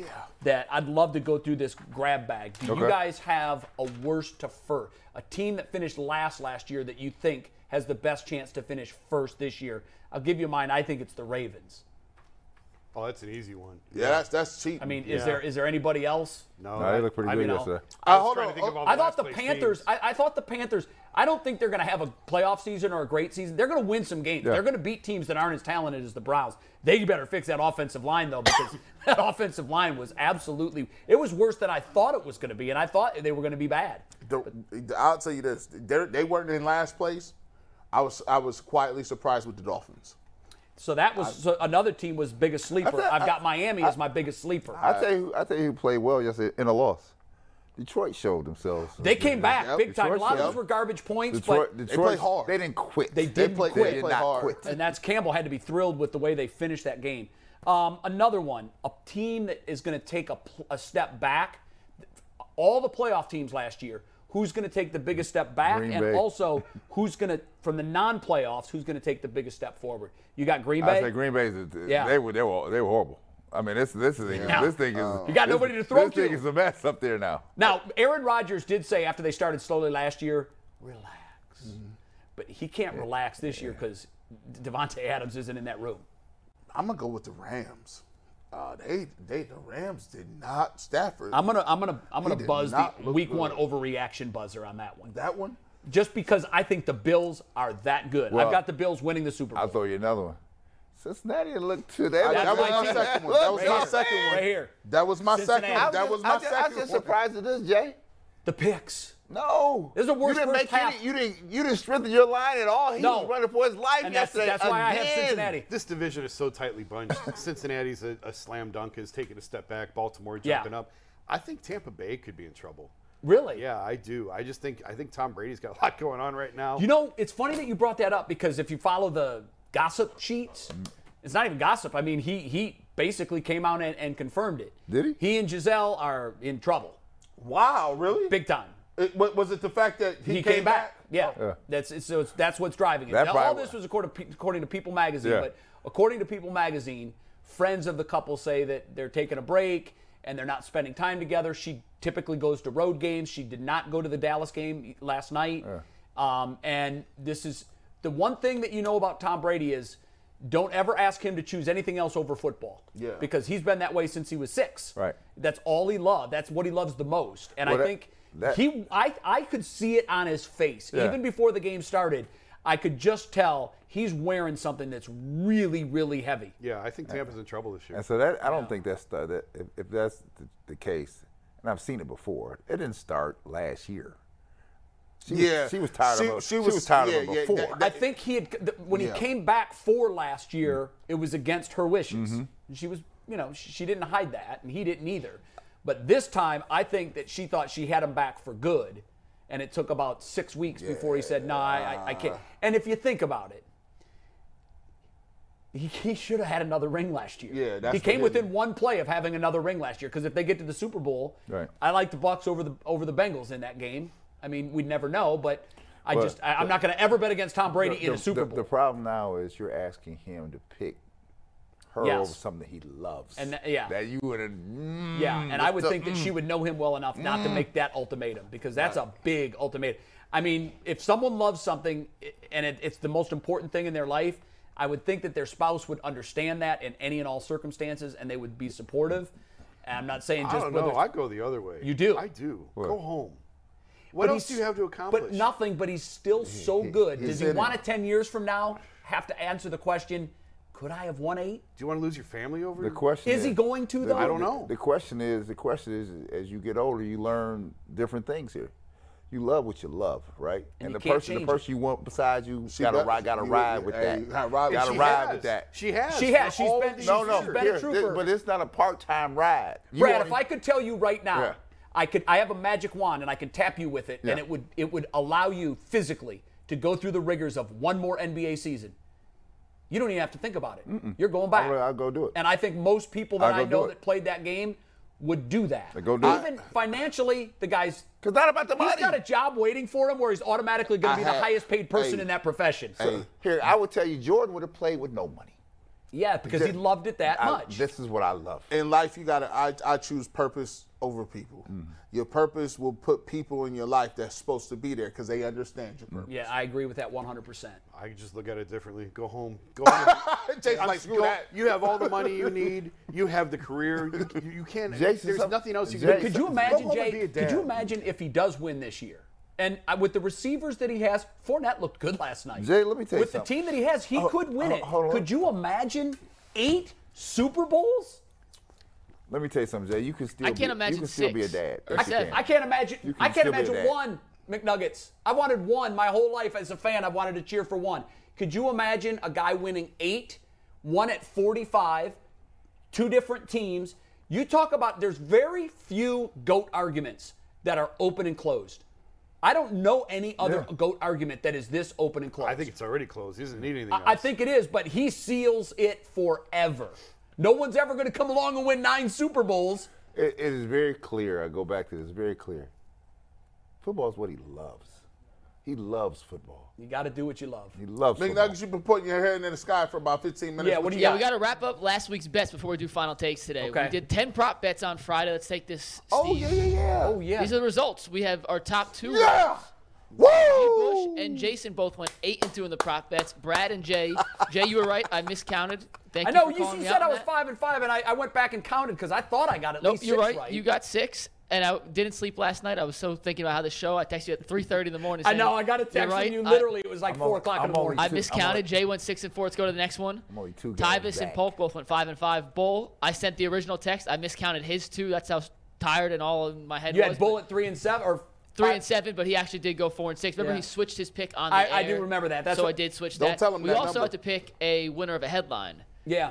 B: that I'd love to go through this grab bag. Do you
C: Okay.
B: guys have a worst to first, a team that finished last last year that you think has the best chance to finish first this year? I'll give you mine. I think it's the Ravens.
A: Oh, that's an easy one.
D: yeah, that's that's cheap.
B: I mean, is there is there anybody else?
A: No,
C: No, they look pretty
A: I
C: good
A: mean, I'll-
C: yesterday.
A: I
D: Uh,
A: was
D: hold
A: trying
D: on,
A: to think of
D: uh,
A: all the
B: I thought
A: last
B: the
A: place
B: Panthers.
A: teams.
B: I, I thought the Panthers. I don't think they're going to have a playoff season or a great season. They're going to win some games.
C: Yeah.
B: They're going to beat teams that aren't as talented as the Browns. They better fix that offensive line though, because that offensive line was absolutely. It was worse than I thought it was going to be, and I thought they were going to be bad.
D: The- I'll tell you this: they're- they weren't in last place. I was I was quietly surprised with the Dolphins.
B: So that was so another team was biggest sleeper.
C: thought-
B: I've
C: I-
B: got Miami as my biggest sleeper.
C: I tell you, who- I tell you, who played well yesterday in a loss. Detroit showed themselves.
B: they came back
D: Yep.
B: big time. A
C: Detroit-
B: lot of those
C: yep.
B: were garbage points,
C: Detroit,
B: but
C: Detroit,
D: played hard.
C: They didn't quit.
B: They didn't
D: played-
C: They
D: they
C: did
D: played
C: not
D: hard.
C: quit.
B: and that's Campbell had to be thrilled with the way they finished that game. Um, another one, a team that is going to take a, pl- a step back. All the playoff teams last year, who's going to take the biggest step back,
C: Green
B: and
C: Bay.
B: also who's going to from the non-playoffs, who's going to take the biggest step forward? You got Green Bay.
C: I say Green Bay's. is-
B: Yeah.
C: They were. They were. They were horrible. I mean, this this thing.
B: Yeah.
C: This thing is.
B: You got
C: this-
B: nobody to throw
C: This thing
B: to.
C: is a mess up there now.
B: Now, Aaron Rodgers did say after they started slowly last year, relax. But he can't relax this year because Devonte Adams isn't in that room.
D: I'm gonna go with the Rams. Uh, they they the Rams did not Stafford.
B: I'm gonna, I'm gonna, I'm gonna
D: did
B: buzz the
D: not look
B: week
D: good.
B: one overreaction buzzer on that one.
D: that one.
B: Just because I think the Bills are that good.
C: Well,
B: I've got the Bills winning the Super Bowl.
C: I'll throw you another one. Cincinnati looked to that.
D: that
B: my
D: was my
B: team.
D: second one. That was
B: right
D: my
B: here,
D: second
B: right
D: one.
B: here.
D: That was my
B: Cincinnati.
D: second. That
C: just-
D: was
C: I
D: my
C: just-
D: second.
C: I was just
D: one.
C: surprised at this, Jay.
B: The picks.
C: No,
B: This is the worst
C: You didn't
B: first
C: make. you
B: half.
C: didn't- You didn't. You didn't strengthen your line at all. He
B: No.
C: was running for his life
B: And that's,
C: yesterday.
B: that's why I have
C: again.
B: Cincinnati.
A: This division is so tightly bunched. Cincinnati's a, a slam dunk is taking a step back. Baltimore
B: Yeah.
A: jumping up. I think Tampa Bay could be in trouble.
B: Really?
A: Yeah, I do. I just think I think Tom Brady's got a lot going on right now.
B: You know, it's funny that you brought that up because if you follow the gossip sheets,
C: Mm.
B: it's not even gossip. I mean, he he basically came out and, and confirmed it.
C: Did he?
B: He and Giselle are in trouble,
D: Wow, really?
B: big time.
D: It- wa- was it the fact that he,
B: He, came, back. Yeah. That's it's, so it's, that's what's driving it.
C: Oh. That
B: Now, all
C: probably-
B: this was according to, Pe- according to People Magazine,
C: Yeah.
B: but according to People Magazine, friends of the couple say that they're taking a break and they're not spending time together. She typically goes to road games. She did not go to the Dallas game last night. Um, and this is the one thing that you know about Tom Brady is don't ever ask him to choose anything else over football.
D: Yeah.
B: Because he's been that way since he was six.
C: Right.
B: That's all he loved. That's what he loves the most. And I
C: Well, that-
B: think
C: that-
B: he I, I could see it on his face.
C: Yeah.
B: Even before the game started, I could just tell he's wearing something that's really, really heavy.
A: yeah, I think Tampa's in trouble this year.
C: And so that I don't think that's the, that if, if that's the, the case, and I've seen it before. It didn't start last year. She
D: Yeah.
C: was, she was tired
D: She-
C: of him.
D: she
C: She was,
D: was-
C: tired
D: yeah,
C: of him
D: yeah,
C: before.
D: that-
B: I think he had th- when
D: Yeah. Mm-hmm.
B: he came back for last year, it was against her wishes. She was, you know, she, she didn't hide that, and he didn't either. But this time, I think that she thought she had him back for good, and it took about six weeks before he said, "No, I, I, I can't." And if you think about it, He, he should have had another ring last year.
D: Yeah, that's
B: he
D: the
B: came
D: hidden-
B: within one play of having another ring last year. Because if they get to the Super Bowl,
C: Right.
B: I like the Bucks over the over the Bengals in that game. I mean, we'd never know, but I
C: Well,
B: just I, I'm not going to ever bet against Tom Brady in a Super
C: the,
B: Bowl.
C: the problem now is you're asking him to pick her
B: Yes.
C: over something he loves.
B: And that- yeah.
C: That you would have. Mm,
B: Yeah, and I would think that she would know him well enough not
A: Mm.
B: to make that ultimatum because that's a big ultimatum. I mean, if someone loves something i- and it, it's the most important thing in their life, I would think that their spouse would understand that in any and all circumstances, and they would be supportive. And I'm not saying just
A: I don't
B: whether
A: know.
B: it's-
A: I go the other way.
B: You do?
A: I do. Go home. What
B: but
A: else do
B: he's-
A: you have to accomplish?
B: But nothing. But he's still so good. Does he
C: in it.
B: want to ten years from now have to answer the question? Could I have won eight?
A: Do you want to lose your family over?
C: The
A: it?
C: question
B: Is he going to, though? I
A: don't know.
C: The question is, the question is, as you get older, you learn different things here. You love what you love, right? And,
B: you
C: the
B: can't
C: person, the
B: change
C: person you want beside you,
D: She
C: gotta
D: does-
C: ride, gotta
D: you-
C: ride
D: you-
C: with
D: hey,
C: that.
D: gotta ride with
C: gotta
D: it.
A: She
C: ride
A: has.
C: with that.
A: She has.
B: She has.
A: for
B: She's
A: all
B: been-
A: these
B: she's-
C: no, no,
A: years.
B: been a
C: here,
B: trooper.
C: this- but it's not a part-time ride. You
B: Brad,
C: want-
B: if I could tell you right now,
C: Yeah.
B: I could I have a magic wand and I could tap you with it,
C: Yeah.
B: and it would it would allow you physically to go through the rigors of one more NBA season. You don't even have to think about it. You're going back.
C: I'll- I'll go do it.
B: And I think most people that
C: I'll
B: I
C: go
B: know
C: do it.
B: that played that game would do that.
C: go do it.
B: even financially, the guy's
C: it's not about the money.
B: he's got a job waiting for him where he's automatically going
D: I
B: to be the
D: had-
B: highest paid person
D: hey,
B: in that profession.
C: Hey, here, I would tell you, Jordan would have played with no money.
B: yeah, because he
C: Th-
B: loved it that
C: I-
B: much.
C: This is what I love.
D: in life you gotta I, I choose purpose over people
C: Mm.
D: your purpose will put people in your life that's supposed to be there because they understand your
C: Mm.
D: purpose
B: yeah, I agree with that 100%.
A: I just look at it differently. Go home. Go home.
D: It takes
A: I'm
D: like,
A: screw
D: go-
A: that. You have all the money you need. You have the career. You, you- you can't.
C: Jason,
A: there's
C: some-
A: nothing else you
C: Jason-
A: can. do.
B: Could you
A: Go
B: imagine,
A: home and be
B: Jay?
A: a
B: Could you
A: dad.
B: imagine if he does win this year? And uh, with the receivers that he has, Fournette looked good last night.
C: Jay, let me tell you
B: With the
C: something.
B: team that he has, he
C: Oh,
B: could win
C: oh,
B: it.
C: hold on.
B: Could you imagine eight Super Bowls?
C: Let me tell you something, Jay. You can still.
E: I can't
C: be,
E: imagine
C: You can still be a
E: six
C: dad.
E: or
C: Yes, you
E: seven.
C: can.
B: I can't imagine.
C: You can
B: I can't
C: still be
B: imagine
C: that.
B: one McNuggets. I wanted one my whole life as a fan. I wanted to cheer for one. Could you imagine a guy winning eight, one at 45, two different teams? You talk about there's very few goat arguments that are open and closed. I don't know any other goat argument that is this open and closed.
A: I think it's already closed. He doesn't need anything.
B: I
A: else.
B: think it is, but he seals it forever. No one's ever going to come along and win nine Super Bowls.
C: It, it is very clear. I go back to this. it's Very clear. Football is what he loves. He loves football.
B: You got to do what you love.
C: He loves football.
D: McNuggets, you've been putting your head in the sky for about 15 minutes.
B: Yeah, what do you
E: Yeah, we got to wrap up last week's bets before we do final takes today.
B: Okay.
E: We did 10 prop bets on Friday. Let's take this.
C: Oh
E: Steve.
C: yeah, yeah, yeah.
B: Oh yeah.
E: These are the results. We have our top two.
C: Yeah.
E: Bush
C: Woo!
E: and Jason both went eight and two in the prop bets. Brad and Jay. Jay, you were right. I miscounted. Thank
B: I
E: you.
B: know
E: for
B: you,
E: calling
B: you
E: me
B: said
E: out
B: I
E: on
B: was
E: that.
B: five and five, and I, I went back and counted because I thought I got at
E: Nope,
B: least
E: you're
B: six
E: right.
B: right.
E: You got six, and I didn't sleep last night. I was so thinking about how the show. I texted you at 3:30 in the morning.
B: I
E: saying,
B: know. I got a
E: "You're
B: text from
E: right,
B: you.
E: I-
B: Literally, it was like
C: I'm
B: four
C: only-
B: o'clock in the
C: I'm only
B: morning.
E: I
C: two-
E: miscounted.
C: I'm
E: Jay went six and four. Let's go to the next one.
C: I'm only two games
E: Tyvis and
C: back.
E: Polk both went five and five. Bull. I sent the original text. I miscounted his two. That's how tired and all in my head.
B: You
E: was,
B: had
E: but
B: bull at three and seven, or
E: three
B: five-
E: and seven, but he actually did go four and six. Remember,
B: Yeah.
E: he switched his pick on the
B: I- I do
E: air,
B: remember that. That's
E: so
B: what-
E: I did switch
D: Don't
E: that.
D: tell him
E: we
D: that
E: also
D: number.
E: had to pick a winner of a headline,
B: Yeah.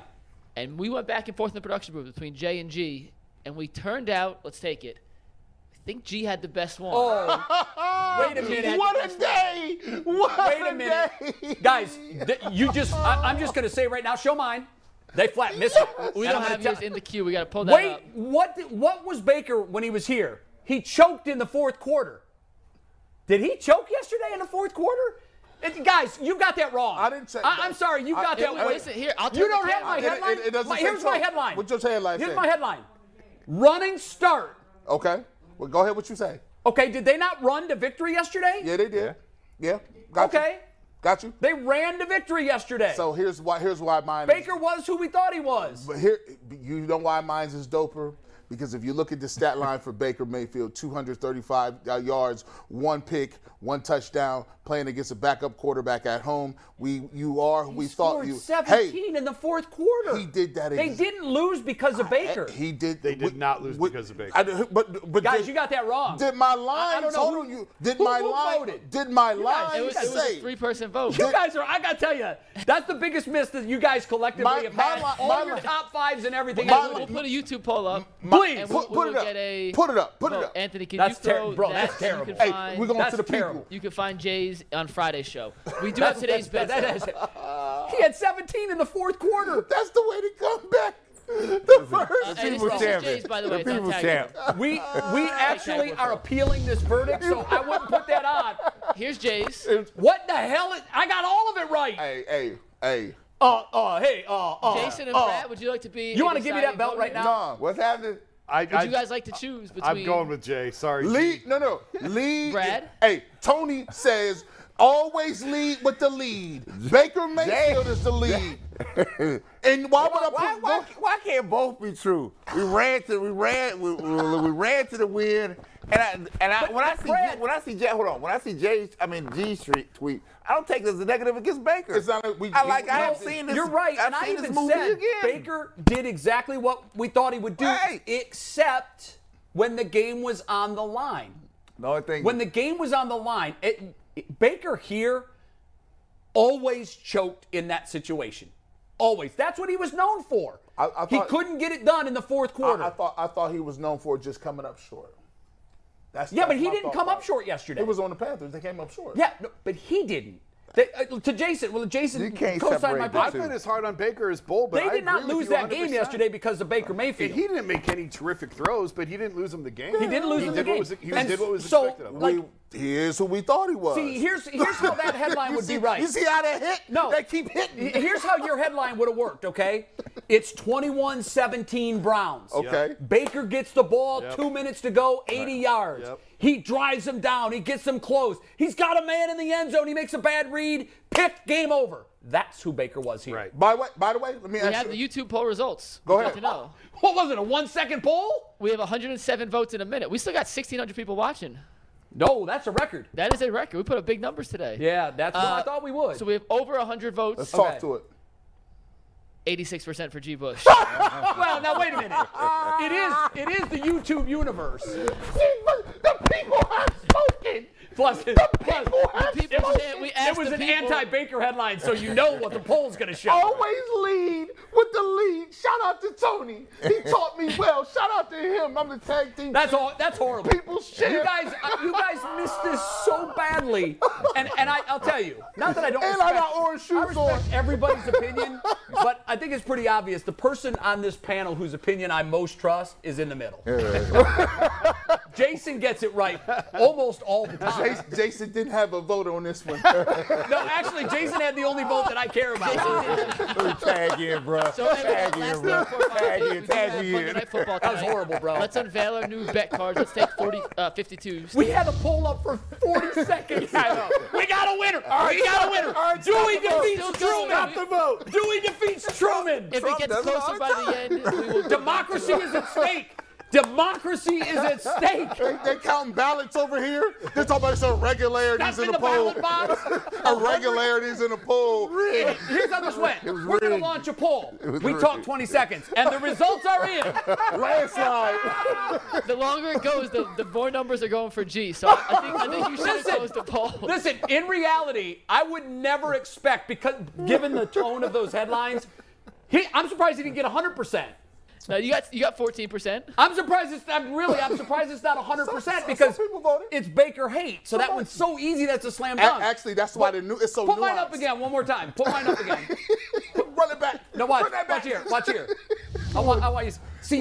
E: and we went back and forth in the production booth between Jay and G, and we turned out. Let's take it. I think G had the best one.
B: Oh, wait a minute.
D: What a day! What
B: wait a minute, guys. th- you just. I, I'm just gonna say right now. Show mine. They flat missed it.
E: we
B: And
E: don't
B: I'm
E: have
B: gonna
E: yours
B: tell-
E: in the queue. We got to pull that
B: Wait,
E: up.
B: what? did- What was Baker when he was here? He choked in the fourth quarter. Did he choke yesterday in the fourth quarter? It- guys, you got that wrong.
D: I didn't check that.
B: I, am sorry, you
D: I-
B: got
D: it-
B: that
D: it-
B: wrong.
E: listen, here, I'll
B: you
E: take
B: don't
E: the
B: have
E: camera.
B: my
D: It- it-
B: headline.
D: it doesn't
B: My-
D: say
B: here's my
D: choke.
B: headline.
D: What's your headline
B: Here's
D: say?
B: my headline. Running start.
D: Okay. Well, go ahead. What you say?
B: Okay, did they not run to victory yesterday?
D: Yeah, they did. Yeah. Got you.
B: Okay.
D: Got you.
B: They ran to victory yesterday.
D: So here's why. Here's why mine. is-
B: Baker was who we thought he was.
D: But here, you know why mine's is doper? Because if you look at the stat line for Baker Mayfield, 235 yards, one pick, one touchdown, playing against a backup quarterback at home. We, you are who we thought
B: Scored
D: you.
B: 17
D: Hey,
B: in the fourth quarter.
D: He did that
B: They
D: ex-
B: didn't lose because of Baker.
D: he did.
A: They did not lose because of Baker.
D: I did- but, but
B: Guys,
D: did,
B: you got that wrong.
D: Did my
B: I- I
D: line?
B: don't know
D: Hold
B: who-
D: on, you. Did
B: who-
D: my
B: who
D: line?
B: voted?
D: Did my
B: You guys-
D: line?
E: It was,
B: gotta
E: it was
D: say?
E: a three-person vote.
B: You guys are, I gotta tell you, that's the biggest miss that you guys collectively
D: My-
B: have
D: my
B: had.
D: li-
B: All
D: my
B: your
D: li-
B: top fives and everything.
D: my
E: We'll
B: included.
E: put a YouTube poll up.
B: Please,
E: and
B: put,
D: put,
E: we'll,
D: put
E: we'll
D: it up.
E: get a
D: put it up. Put it
E: vote.
D: up.
E: Anthony, can
B: That's
E: you throw
B: terrible, bro,
E: that?
B: that's
E: You can
B: terrible.
D: Hey,
E: find-
D: we're going
B: That's
D: to the
B: terrible.
D: people.
E: You can find Jay's on Friday's show. We do have today's
B: That-
E: bets.
B: that is- He had 17 in the fourth quarter.
D: That's the way to come back. The
E: Uh,
D: first.
E: hey, this
C: People
E: is
C: champ.
E: Jays, by the way.
C: The
E: It's on
C: people
E: tag.
C: champ.
B: We we actually are appealing this verdict, so I wouldn't put that on.
E: Here's Jays.
B: What the hell? Is, I got all of it right.
D: Hey, hey, hey.
B: Uh, uh, hey, uh, uh.
E: Jason and
B: uh,
E: Brad, would you like to be?
B: You
E: want to
B: give me that belt right now?
D: No,
C: What's happening?
A: I,
E: Would
A: I,
E: you guys like to choose between?
A: I'm going with Jay. Sorry.
D: Lead, no, no, lead.
E: Brad?
D: Hey, Tony says always lead with the lead. Baker Mayfield is the lead. and why would I put?
C: Why, why, why can't both be true? We ran to we ran we, we, we ran to the win, and I and I when I see
B: Fred-
C: when I see Jay hold on when I see Jay I mean G Street tweet I don't take this as a negative against Baker.
D: It's not a- we-
C: I like I
D: no,
C: have seen this.
B: You're right,
C: I've
B: and I
C: seen
B: even
C: this movie
B: said
C: again.
B: Baker did exactly what we thought he would do,
C: Right.
B: except when the game was on the line.
C: The only thing
B: When the game was on the line, it, it- Baker here always choked in that situation. Always. That's what he was known for.
D: I- I
B: he
D: thought-
B: couldn't get it done in the fourth quarter.
D: I, I thought I thought he was known for just coming up short. That's
B: yeah, but
D: that's
B: he
D: my
B: didn't
D: thought
B: come up
D: process.
B: short yesterday.
D: It was on the Panthers. They came up short.
B: yeah, no, but he didn't. They- uh, to Jason, well, Jason
C: You can't
B: co-signed my
C: separate the
B: point.
A: I've
C: two.
A: been as hard on Baker as Bull, but
B: They
A: I
B: did not
A: agree
B: lose
A: with you
B: that game
A: 100%.
B: yesterday because of Baker
A: He
B: Mayfield.
A: didn't make any terrific throws, but he didn't lose them the game.
B: He didn't lose
A: he
B: him
A: did
B: the
A: what
B: game.
A: Was, he
B: And
A: did what was
B: so,
A: expected of him.
B: like-
D: he is who we thought he was.
B: See, here's here's how that headline
D: You
B: would
D: see-
B: be right.
D: You see how they hit?
B: No.
D: they keep hitting.
B: H- Here's how your headline would have worked, okay? It's 21-17 Browns.
D: Okay.
B: Baker gets the ball,
A: Yep.
B: two minutes to go, 80 yards.
A: Yep.
B: He drives him down. He gets him close. He's got a man in the end zone. He makes a bad read. Pick, game over. That's who Baker was here.
A: Right.
D: By way, by the way, let me
E: We
D: ask
E: have
D: you.
E: the YouTube poll results.
D: Go
E: We'd like
D: ahead.
E: to know.
B: What was it, a one-second poll?
E: We have 107 votes in a minute. We still got 1,600 people watching.
B: No, that's a record.
E: That is a record. We put up big numbers today.
B: Yeah, that's what I
E: Uh,
B: thought we would.
E: So we have over 100 votes.
D: Let's
B: Okay.
D: talk to it.
E: 86% for G. Bush.
B: well, now wait a minute. It is it is the YouTube universe.
D: The people have spoken.
B: Plus, plus
E: people
B: it was,
E: said- we asked
B: it was
E: the
B: an
E: people- Oh,
B: anti-Baker headline, so you know what the poll's going to show.
D: Always lead with the lead. Shout out to Tony. He taught me well. Shout out to him. I'm the tag team.
B: That's all. That's horrible.
D: People's shit.
B: You guys, I- you guys missed this so badly, and and I, I'll tell you. Not that I don't.
D: And I
B: respect,
D: got orange shoes
B: I respect
D: on.
B: everybody's opinion, but I think it's pretty obvious. The person on this panel whose opinion I most trust is in the middle. Jason gets it right almost all the time.
D: Jason, Jason didn't have a vote on this one.
B: No, actually, Jason had the only vote that I care about.
C: tag in, bro.
E: So everyone,
C: tag
E: last
C: in,
E: little
C: bro.
E: football
C: Tag
E: update.
C: in,
E: We do have
C: tag
E: Monday
C: in.
E: Night Football
B: That was
E: tonight.
B: horrible, bro.
E: Let's unveil our new bet cards. Let's take 40, uh, 52s.
B: We had a poll up for 40 seconds. we got a winner. we got a winner. Dewey defeats
E: Still going.
B: Truman. Dewey defeats Truman.
E: if it gets
C: does it all
E: closer
C: the
E: by the end, we will.
B: Democracy is at stake. Democracy is at stake.
D: they, they counting ballots over here. They're talking about some irregularities
B: That's
D: in
B: in
D: the,
B: the
D: poll.
B: ballot box.
D: irregularities in the poll.
B: And Here's how this went.
C: was
B: We're going to
C: rigged.
B: launch a poll.
C: was
B: We
C: rigged.
B: talk 20 seconds, and the results are in.
D: Landslide.
E: The longer it goes, the, the more numbers are going for G. So I think, I think you should have
B: Listen.
E: closed the poll.
B: Listen, in reality, I would never expect because given the tone of those headlines, he, I'm surprised he didn't get 100%.
E: No, Uh, you got you got 14%.
B: I'm surprised it's I'm really I'm surprised it's not 100% because
D: some people voted.
B: it's Baker hate. So that one's so easy that's a slam
D: A-
B: dunk.
D: Actually, that's why the new. It's so
B: Put mine up
D: nuanced.
B: again one more time. Put mine up again.
D: Run it back.
B: No, watch.
D: Run that back.
B: Watch here. Watch here. I want, I want you. See,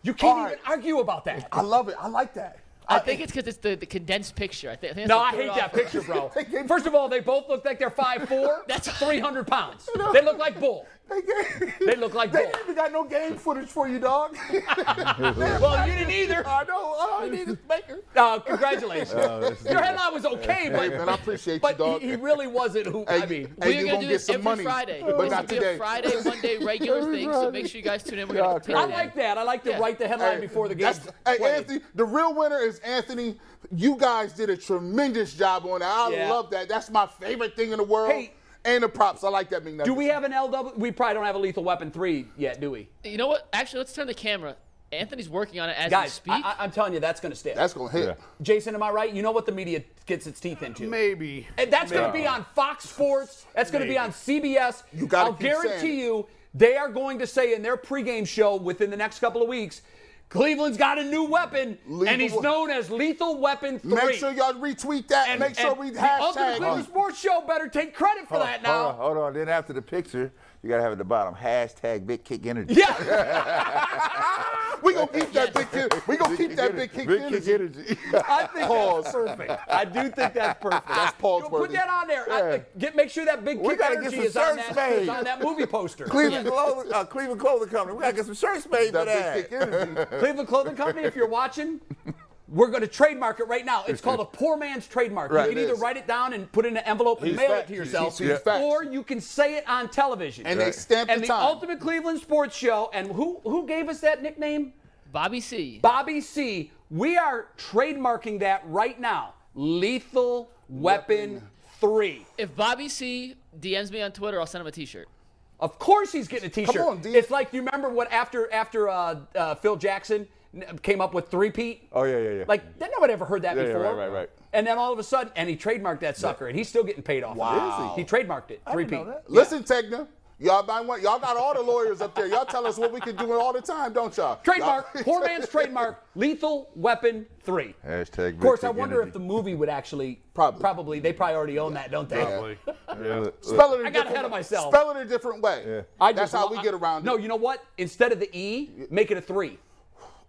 B: you can't
D: All right.
B: even argue about that.
D: I love it. I like that.
E: I think it's because it's the, the condensed picture. I, thi- I think that's
B: No,
E: what
B: I
E: threw it
B: hate that
E: off.
B: picture, bro. First of all, they both look like they're 5'4",
E: That's-
B: 300 pounds. They look like bull.
D: They, gave,
B: They look like
D: They
B: bull.
D: ain't even got no game footage for you, dog.
B: Well, you didn't either.
D: I know. All I need is Baker.
B: Uh, congratulations.
D: Oh,
B: Your headline was okay,
D: Hey, man, I
B: but,
D: appreciate
B: but
D: you, dog.
B: he, he really wasn't who, I
D: Hey,
B: mean.
D: hey,
E: We're
D: you
E: gonna
D: gonna
E: do
D: get
E: this
D: some
E: every
D: money,
E: Friday.
D: but
E: this
D: not
E: will be a
D: today.
E: Friday, one day regular thing. So make sure you guys tune in. We're
C: Yeah,
E: gonna continue.
B: I like that. I like to write the headline before the game.
D: That's- Hey, Anthony, the real winner is Anthony. You guys did a tremendous job on that. I
B: Yeah.
D: love that. That's my favorite thing in the world.
B: Hey.
D: and the props. I like that. McNuggets.
B: Do we have an LW? We probably don't have a Lethal Weapon 3 yet, do we?
E: You know what? Actually, let's turn the camera. Anthony's working on it as we
B: Guys,
E: speak.
B: I, I, I'm telling you, that's going to stick.
D: That's gonna hit.
B: Jason, am I right? You know what the media gets its teeth into.
A: Maybe.
B: And that's going to be on Fox Sports. That's going to be on CBS.
D: You gotta
B: I'll
D: keep saying
B: guarantee
D: it.
B: you, they are going to say in their pregame show within the next couple of weeks, Cleveland's got a new weapon,
D: Lethal
B: and he's
D: we-
B: known as Lethal Weapon 3.
D: Make sure y'all retweet that.
B: and,
D: Make sure
B: and
D: we
B: the Ultimate Cleveland
D: hashtag.
B: Sports Show better take credit for that now.
C: Hold on, hold on. Then after the picture, you gotta have at the bottom hashtag Big Kick Energy.
B: Yeah.
D: We gonna keep that big kid. We gonna keep that big kick
C: Big Kick
D: energy.
C: Energy.
B: I think that's perfect. I do think that's perfect.
D: That's Paul's
B: Put
D: worthy.
B: that on there. I
C: Yeah.
B: think- get, make sure that big
C: We
B: kick
C: gotta get
B: energy
C: some
B: is on,
C: shirts
B: that, is
C: made.
B: on that movie poster.
C: Cleveland, clothing, uh, Cleveland Clothing Company. We gotta get some shirts made for
D: That big
C: that.
D: kick energy.
B: Cleveland Clothing Company, if you're watching, we're going to trademark it right now. It's called a poor man's trademark.
C: Right,
B: you can
D: it
B: either
D: is.
B: write it down and put it in an envelope and
D: He's
B: mail
D: fact-
B: it to
D: he's-
B: yourself,
D: he's fact.
B: or you can say it on television.
D: And they stamp
B: and the
D: the time.
B: Ultimate Cleveland Sports Show, and who who gave us that nickname?
E: Bobby C.
B: Bobby C. We are trademarking that right now. Lethal Weapon, Three.
E: If Bobby C. DMs me on Twitter, I'll send him a T-shirt.
B: Of course, he's getting a T-shirt.
D: on, D.
B: It's like you remember what after after uh, uh, Phil Jackson n- came up with three Pete.
C: Oh, yeah, yeah, yeah.
B: Like that nobody ever heard that
C: Yeah, yeah,
B: before.
C: right, right, right.
B: And then all of a sudden, and he trademarked that sucker, and he's still getting paid off. Wow. He? trademarked it. Three Pete.
D: Listen, Tegna. Y'all might want, y'all got all the lawyers up there. Y'all tell us what we can do it all the time, don't y'all?
B: Trademark.
D: Y'all-
B: poor man's trademark. Lethal Weapon Three.
C: Hashtag
B: Of course,
C: Big
B: I
C: Kick
B: wonder
C: Energy.
B: if the movie would actually
D: Probably.
B: probably they probably already own that, don't they?
A: Probably. Yeah.
D: Spell it a
B: I got
D: different
B: ahead of
D: way.
B: myself.
D: Spell it a different way.
B: I just
D: That's how
B: lo-
D: we get around
B: No,
D: it.
B: you know what? Instead of the E, make it a three.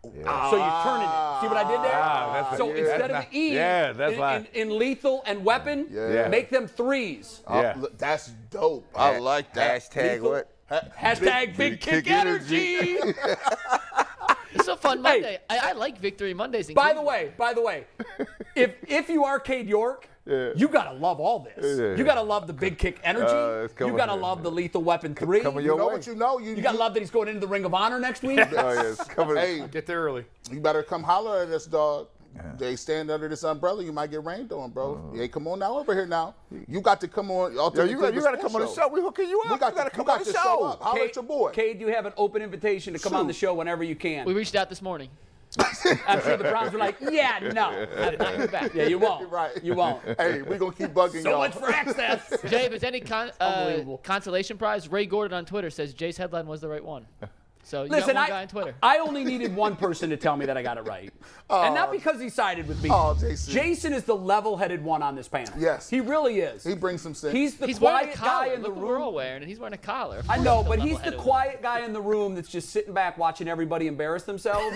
B: So you're turning it. See what I did there?
C: Ah, that's-
B: so
C: yeah,
B: instead of
C: that's
B: the E,
C: not- yeah, that's
B: in,
C: why.
B: in, in lethal and weapon,
C: Yeah.
B: make them threes.
D: Uh,
C: Yeah.
D: look, That's dope. I like that.
C: Hashtag
B: Lethal-
C: what?
B: Hashtag big, kick,
C: Kick
B: energy.
C: Energy.
E: It's a fun Monday. I, I like Victory Mondays. In
B: by the
E: Cleveland.
B: way, by the way, if if you are Cade York, you gotta love all this.
C: Yeah.
B: You gotta love the big kick energy.
C: Uh, it's
B: you
C: coming
B: gotta
C: here.
B: love the lethal weapon three.
C: coming
D: You
C: your
D: know
C: way.
D: what you know? You,
B: you gotta love that he's going into the Ring of Honor next week.
C: Oh, yeah, it's coming.
D: Hey,
A: Get there early.
D: you better come holler at us, dog. They stand under this umbrella, you might get rained on, bro. Hey, come on now over here now. You got to come on.
C: Uh-huh. Yo, you, got, you gotta come on the show. We hooking you up.
D: We got
C: you gotta
D: to-
C: come
D: we
C: on
D: got
C: the
D: to
C: show.
D: show up. Holler at
B: Cade,
D: your boy.
B: Cade, you have an open invitation to come on the
D: Shoot.
B: show whenever you can.
E: we reached out this morning.
B: I'm sure the Browns were like, yeah, no.
E: I'm not your back.
B: Yeah, you won't.
D: Right.
B: You won't.
D: Hey, we gonna keep bugging
B: So
D: y'all.
B: much for access.
E: Jay, if there's any con- uh,
B: Unbelievable.
E: consolation prize, Ray Gordon on Twitter says Jay's headline was the right one. So you
B: Listen,
E: got one
B: I,
E: guy on Twitter.
B: I only needed one person to tell me that I got it right. and not because he sided with me.
D: Aw, Jason.
B: Jason is the level headed one on this panel.
D: Oh, Yes.
B: He really is.
D: he brings some sense.
B: he's the
E: he's wearing a
B: quiet guy
E: collar.
B: in the
E: Look what we're
B: room.
E: all wearing, and he's wearing a collar. Of
B: I
E: course
B: know,
E: it's
B: but he's the
E: level-headed one.
B: quiet guy in the room that's just sitting back watching everybody embarrass themselves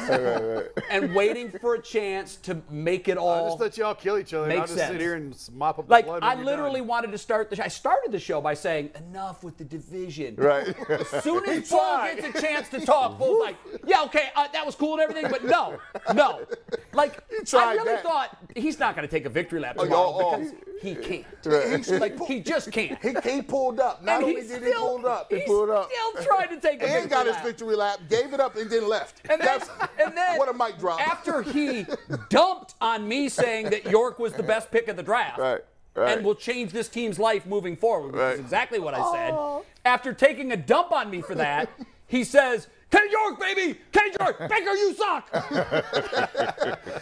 B: and waiting for a chance to make it
A: I'll
B: all
A: just let y'all kill each other. and
B: Makes
A: I'll just
B: sense.
A: sit here and mop up
B: Like
A: blood.
B: I
A: when you're
B: literally
A: done.
B: wanted to start the show. I started the show by saying, "Enough with the division."
C: Right.
B: As soon as Bull gets a chance to talk, Bull's like, "Yeah, okay, uh, that was cool and everything, but no, no." Like I
D: tried
B: really
D: that.
B: thought he's not going to take a victory lap
D: Oh,
B: tomorrow
D: y'all all-
B: because he can't.
D: Right.
B: like he just can't.
D: he, he pulled up. Not
B: and
D: only
B: he's
D: did he
B: still,
D: pulled up,
B: he's
D: he pulled up.
B: still trying to take a victory
D: and got his
B: lap.
D: victory lap, gave it up, and then left.
B: And then,
D: That's-
B: and then
D: what a mic drop.
B: After he dumped on me saying that York was the best pick of the draft
C: Right, right.
B: and will change this team's life moving forward, which
C: Right.
B: is exactly what I said. After taking a dump on me for that, he says, Kenny York, baby! Kenny York! Baker, you suck!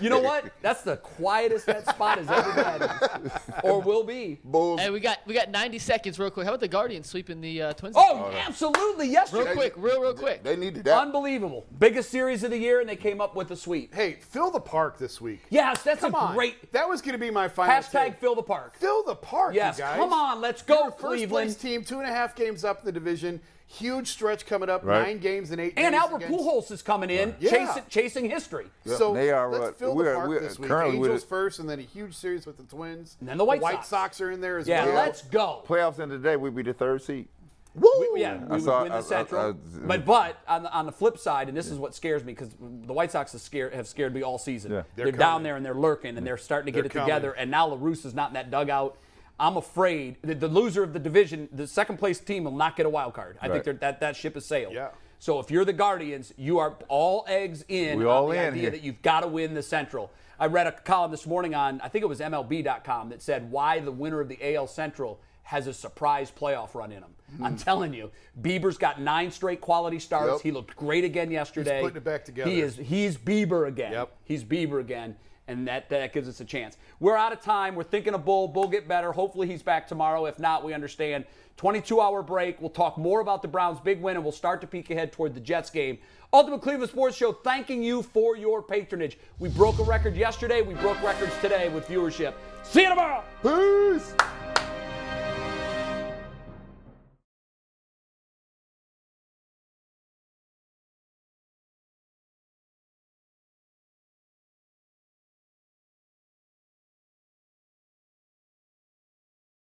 B: you know what? That's the quietest that spot has ever been or will be.
D: Bulls.
E: Hey, we got we got 90 seconds, real quick. How about the Guardians sweeping the uh, Twins?
B: Oh, absolutely,
E: real
B: yesterday.
E: quick, real real quick.
D: They needed that.
B: Unbelievable. Biggest series of the year, and they came up with a sweep.
A: Hey, fill the park this week.
B: Yes, that's
A: Come
B: a
A: on.
B: great
A: That was going to be my final.
B: Hashtag
A: take.
B: fill the park.
A: Fill the park,
B: Yes,
A: you guys.
B: come on, let's go,
A: You're a
B: Cleveland.
A: First place team, two and a half games up in the division. Huge stretch coming up.
C: Right.
A: Nine games in eight.
B: And
A: days
B: Albert
A: against-
B: Pujols is coming in,
A: Yeah.
B: chasing, chasing history.
A: So
C: They are,
A: let's
C: uh,
A: fill
C: we
A: the
C: are-
A: park
C: we are
A: this week.
C: currently with
A: Angels
C: it.
A: first, and then a huge series with the Twins.
B: And then the White
A: White
B: Sox.
A: Sox are in there as
B: Yeah,
A: well.
B: let's go.
C: Playoffs end today, we'd be the third seed.
B: We- we- yeah, we would
C: saw-
B: win the
C: I- I-
B: Central.
C: I-
B: but but on the, on the flip side, and this is what scares me because the White Sox have scared, have scared me all season.
C: Yeah.
B: They're,
A: They're
B: down
A: coming.
B: there and they're lurking and they're starting to get
A: They're
B: it together.
A: coming.
B: And now LaRusse is not in that dugout. I'm afraid that the loser of the division, the second place team, will not get a wild card. I
C: Right.
B: think they're- that that ship has sailed.
A: Yeah.
B: So if you're the Guardians, you are all eggs in
C: We
B: on
C: all
B: the
C: in
B: idea
C: here.
B: that you've got to win the Central. I read a column this morning on I think it was MLB.com that said why the winner of the AL Central has a surprise playoff run in him.
C: Hmm.
B: I'm telling you, Bieber's got nine straight quality starts.
D: Yep.
B: He looked great again yesterday.
A: putting it back together.
B: He is he's Bieber again.
A: Yep.
B: He's Bieber again. and that that gives us a chance. We're out of time. We're thinking of Bull. Bull get better. Hopefully he's back tomorrow. If not, we understand. 22 hour break. We'll talk more about the Browns' big win, and we'll start to peek ahead toward the Jets game. Ultimate Cleveland Sports Show, thanking you for your patronage. We broke a record yesterday. We broke records today with viewership. See you tomorrow.
D: Peace.